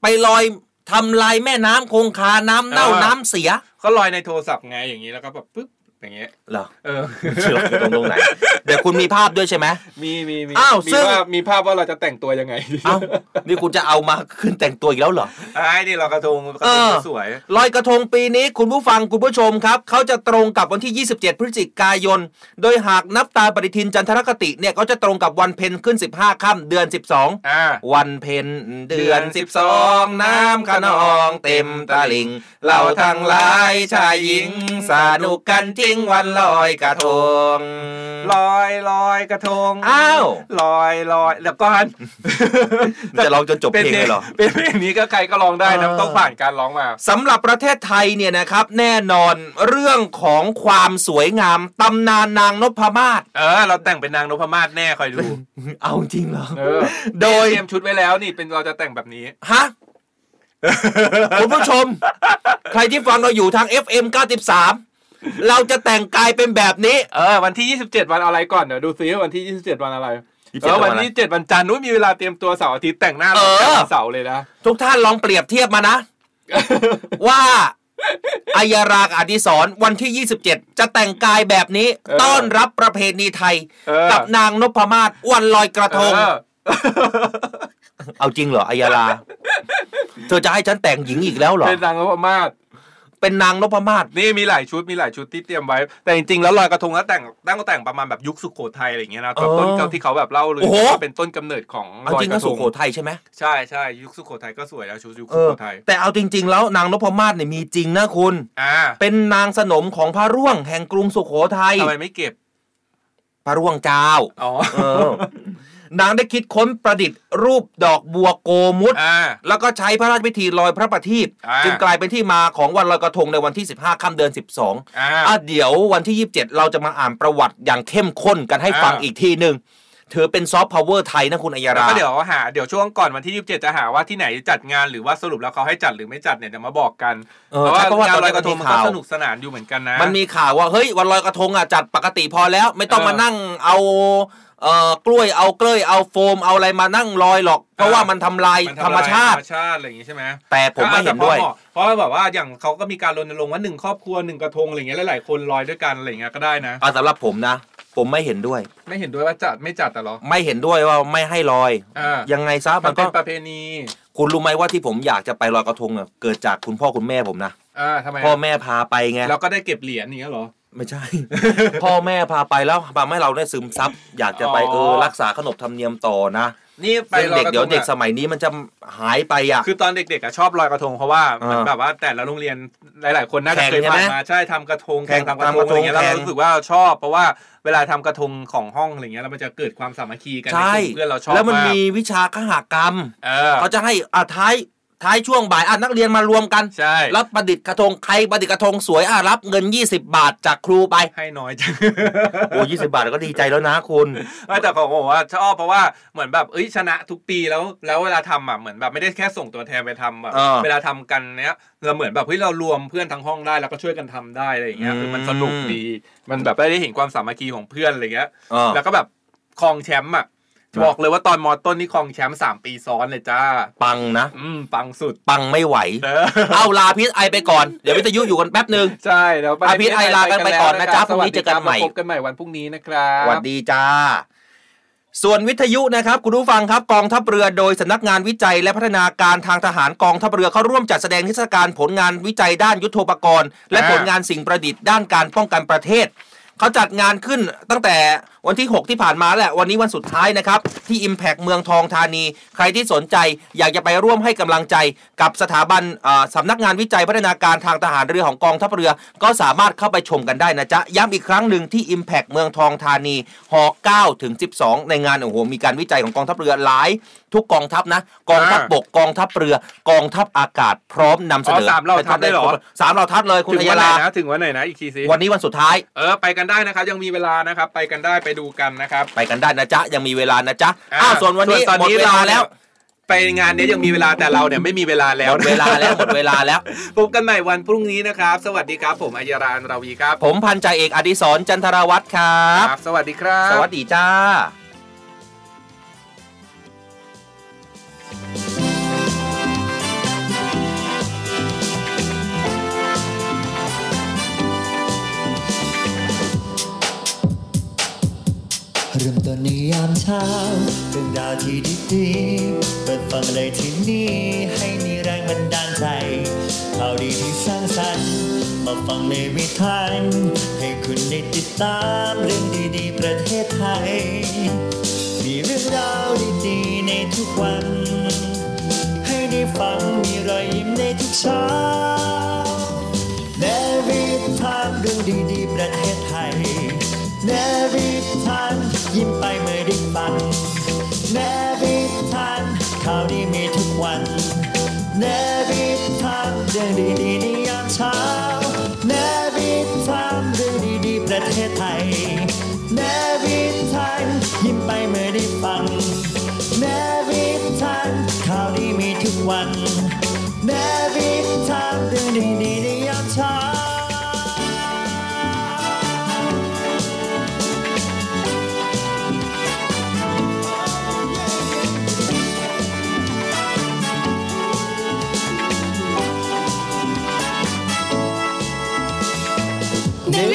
ไปลอยทำลายแม่น้ำคงคาน้ำเน่า อ่า น้ำเสีย ก็ลอยในโทรศัพท์ไงอย่างนี้แล้วก็แบบปึ๊บอย่างเงี้ย เหรอ เออ เชื่อคือตรงตรงไหน [LAUGHS] เดี๋ยวคุณมีภาพด้วยใช่ไหม มีมีมี อ้าว มี ซึ่ง ว่ามีภาพว่าเราจะแต่งตัวยังไง เอ้านี่คุณจะเอามาขึ้นแต่งตัวอีกแล้วเหรอ ไอ้นี่เรากระทงกระ เอ ทง อ สวย ลอยกระทงปีนี้คุณผู้ฟังคุณผู้ชมครับ เขาจะตรงกับวันที่ 27 พฤศจิกายน โดยหากนับตามปฏิทินจันทรคติเนี่ยก็จะตรงกับวันเพ็ญขึ้น 15ค่ำเดือน 12 วันเพ็ญเดือน 12 น้ำขนองเต็มตะลิง เราทั้งหลายชายหญิง สนุกกันจริงวันลอยกระทง ลอยลอยกระทง อ้าว ลอยลอยเดี๋ยวก่อน [LAUGHS] จะร้องจนจบเพลงเลยเหรอ เป็นเพลงนี้ก็ใครก็ร้องได้นะ เออ ต้องผ่านการร้องมา สำหรับประเทศไทยเนี่ยนะครับ แน่นอนเรื่องของความสวยงามตำนานนางนพมาศ เออ เราแต่งเป็นนางนพมาศแน่คอยดู เอาจริงเหรอ เออ โดย เตรียมชุดไว้แล้วนี่เป็นเราจะแต่งแบบนี้ ฮะ คุณผู้ชม ใครที่ฟังเราอยู่ทาง FM 93 เราจะแต่งกายเป็นแบบนี้ เออ วันที่ 27 วันอะไรก่อนเดี๋ยวดูซิว่าวันที่ 27 วันอะไร 27 เออวัน วันอะไร ที่7วันจันทร์นู้นมีเวลาเตรียมตัวเสาร์อาทิตย์แต่งหน้า เออ แต่งวันเสาร์เลยนะ ทุกท่านลองเปรียบเทียบ [LAUGHS] มานะ ว่าอายรากับอดิศรวันที่ 27 จะแต่งกายแบบนี้ ต้อนรับประเพณีไทย เออ กับนางนพมาศวันลอยกระทง เออ เอาจริงเหรออาย [LAUGHS] รา เธอจะให้ฉันแต่งหญิงอีกแล้วเหรอ เป็นนางนพมาศ เป็นนางนพมาศ นี่มีหลายชุดมีหลายชุดที่เตรียมไว้ แต่จริงๆแล้วลอยกระทงแล้วแต่งตั้งแต่งประมาณแบบยุคสุโขทัยอะไรอย่างเงี้ยนะตอน เออ ต้นเขาที่เขาแบบเล่าเลย โอ้โห ว่าเป็นต้นกำเนิดของ เอา ลอ จ ย ริง ก ก็ ระท สุ ง โขทัยใช่ไหม ใช่ใช่ยุคสุโขทัยก็สวยแล้วชุดยุค เอ สุ อ โขทัย แต่เอาจริง ๆ แล้วนางนพมาศเนี่ยมีจริงนะคุณ อ่า เป็นนางสนมของพระร่วงแห่งกรุงสุโขทัย ทำไมไม่เก็บ พระร่วงเจ้า อ๋อ เออนางได้คิดค้นประดิษฐ์รูปดอกบัวโกมุต อ่า แล้วก็ใช้พระราชพิธีลอยพระประทีป อ่า จึงกลายเป็นที่มาของวันลอยกระทงในวันที่ 15ค่ำเดือน 12 อ่า อ่ะเดี๋ยววันที่ 27 เราจะมาอ่านประวัติอย่างเข้มข้นกันให้ฟัง อ่า อีกทีหนึ่งถือเป็นซอฟต์พาวเวอร์ไทยนะคุณอัย แล้ว รา ก็เดี๋ยวหาเดี๋ยวช่วงก่อนวันที่ 27 จะหาว่าที่ไหนจัดงานหรือว่าสรุปแล้วเขาให้จัดหรือไม่จัดเนี่ยเดี๋ยวมาบอกกัน เออ เพราะใช่เพราะว่างว่าานลอย ต ก อน ระ นี้ ท มันมีงมันก็ ข่าว สนุกสนานอยู่เหมือนกันนะ มันมีข่าวว่าเฮ้ยวันลอยกระทงอ่ะจัดปกติพอแล้ว ไม่ต้อง เออ มานั่งเอาเอ่อกล้วยเอาเกล้ยเอาโฟมเอาอะไรมานั่งลอยหรอก เพราะ เออ ว่ามันทำลาย น ธรรมชาติ ธรรมชาติอะไรอย่างงี้ใช่ไหม แต่ผมไม่เห็นด้วย อ่าแต่พอมาะเพราะว่าแบบว่าอย่างเขาก็มีการรณรงค์ว่าหนึ่งครอบครัวหนึ่งกระทงอะไรอย่างเงี้ยหลายๆคนลอยด้วยกันอะไรอย่างเงี้ยก็ได้นะ เอาสำหรับผมนะ ผมไม่เห็นด้วย ไม่เห็นด้วยว่าจัดไม่จัดแต่หรอ ไม่เห็นด้วยว่าไม่ให้ลอย อ่า ยังไงซะ มั มัน น ก็ เป็นประเพณี คุณรู้ไหมว่าที่ผมอยากจะไปลอยกระทงอ่ะเกิดจากคุณพ่อคุณแม่ผมนะ อ่าทำไม พ่อแม่พาไปไง เราก็ได้เก็บเหรียญอย่างเงี้ยเหรอ ไม่ใช่ [LAUGHS] พ่อแม่พาไปแล้วทำให้เราได้ซึมซับอยากจะไปเออ อ๋อ รักษาขนบธรรมเนียมต่อนะ นี่ไป ซึ่ง ลอ เด็ ย ก กระทง เดี๋ยวเด็ก อะ สมัยนี้มันจะหายไปอ่ะ คือตอนเด็กๆอะชอบลอยกระทงเพราะว่า อ่ามั มันแบบว่าแต่ละโรงเรียนหลาย ๆ คนน่าจะ แข่ง เคย ใช่ไหม ผ่านมาใช่ทำกระทง แข่ง ทำกระทง ทำกระ อะไร ทง เงี้ยแล้วเรา แข่ง รู้สึกว่าเราชอบ เพราะว่าเวลาทำกระทงของห้องอะไรเงี้ยแล้วมันจะเกิดความสามัคคีกันใน ใช่ กลุ่มเพื่อนเราชอบ แล้วมัน าก มีวิชาคหกรรม เออ เขาจะให้อ่ะท้ายท้ายช่วงบ่ายอ่ะนักเรียนมารวมกัน ใช่ รับประดิษฐ์กระทงใครประดิษฐ์กระทงสวยอ่ะรับเงิน 20 บาทจากครูไป ให้น้อยจัง โอ้ยี่สิบาทก็ดีใจแล้วนะคุณ ไม่แต่ของผมบอกว่าชอบเพราะว่าเหมือนแบบเอ้ยชนะทุกปีแล้วแล้วเวลาทำอ่ะเหมือนแบบไม่ได้แค่ส่งตัวแทนไปทำแบบ เออ เวลาทำกันเนี้ยเราเหมือนแบบเฮ้ยเรารวมเพื่อนทั้งห้องได้แล้วก็ช่วยกันทำได้อะไรอย่างเงี้ย อืม คือมันสนุกดีมันแบบได้เห็นความสามัคคีของเพื่อนอะไรเงี้ย เออ แล้วก็แบบครองแชมป์อ่ะบอกเลยว่าตอนมอต้นนี่ครองแชมป์สามปีซ้อนเลยจ้า ปังนะ อืมปังสุด ปังไม่ไหว เออ เอาลาพิษไอไปก่อน เดี๋ยววิทยุอยู่กันแป๊บหนึ่ง ใช่แล้วป อ่ะพี่ไอลากันไปก่อนนะจ๊ะ สวัสพรุ่งดีนี้เจอกัน ครับ ใหม่ พบกันใหม่วันพรุ่งนี้นะครับ สวัสดีจ้า ส่วนวิทยุนะครับ คุณผู้ฟังครับกองทัพเรือโดยสำนักงานวิจัยและพัฒนาการทางทหารกองทัพเรือเข้าร่วมจัดแสดงนิทรรศการผลงานวิจัยด้านยุทโธปกรณ์ และ อ่า ผลงานสิ่งประดิษฐ์ด้านการป้องกันประเทศ เขาจัดงานขึ้นตั้งแต่วันที่ 6 ที่ผ่านมาแหละวันนี้วันสุดท้ายนะครับ ที่ Impact เมืองทองธานี ใครที่สนใจอยากจะไปร่วมให้กำลังใจกับสถาบันเอ่อสำนักงานวิจัยพัฒนาการทางทหารเรือของกองทัพเรือ ก็สามารถเข้าไปชมกันได้นะจ๊ะ ย้ำอีกครั้งหนึ่งที่ Impact เมืองทองธานีห9ถึง12 ในงานโอ้โหมีการวิจัยของกองทัพเรือหลาย ทุกกองทัพนะกองทัพบกกองทัพเรือกองทัพอากาศพร้อมนำเสนอ อสามเหล่าทัพได้เหรอ สามเหล่าทัพเลยคุณ ถึง อัย วันไหน รา นะถึงวันไหนนะอีกทีสิ วันนี้วันสุดท้าย เออไปกันได้นะครับ ยังมีเวลานะครับ ไปกันได้ไปดูกันนะครับ ไปกันได้นะจ๊ะ ยังมีเวลานะจ๊ะอ้าวส่วนวันนี้ ตอน หมด นี้ เวลาแล้ว เรเนี่ย ไปงานเนี้ยยังมีเวลาแต่เราเนี่ยไม่มีเวลาแล้ว เวลาแล้วหมดเวลาแล้ว พบกันใหม่วันพรุ่งนี้นะครับ สวัสดีครับ ผมอัยรานราวีครับ ผมพันจ่าเอกอดิศรจันทรวัตรครับ สวัสดีครับ สวัสดีจ้า เริ่มต้นในยามเช้าเรื่องราวที่ดีๆเปิดฟังเลยที่นี่ให้มีแรงบันดาลใจข่าวดีที่สร้างสรรค์มาฟังในวิทันให้คุณได้ติดตามเรื่องดีๆ ประเทศไทย มีเรื่องราวดีๆ ในทุกวัน ให้ได้ฟังมีรอยยิ้มในทุกเช้าในวิทันเรื่องดีๆ ประเทศไทย เนวิทันยิ้มไปเมื่อได้ฟังเนวิทันข่าวดีมีทุกวันเนวิทันเรื่องดีๆในยามเช้าเนวิทันเรื่องดีๆประเทศไทยเนวิทันยิ้มไปเมื่อได้ฟังเนวิทันข่าวดีมีทุกวันเนวิทันเรื่องดีๆในยามเช้า เนวิชาม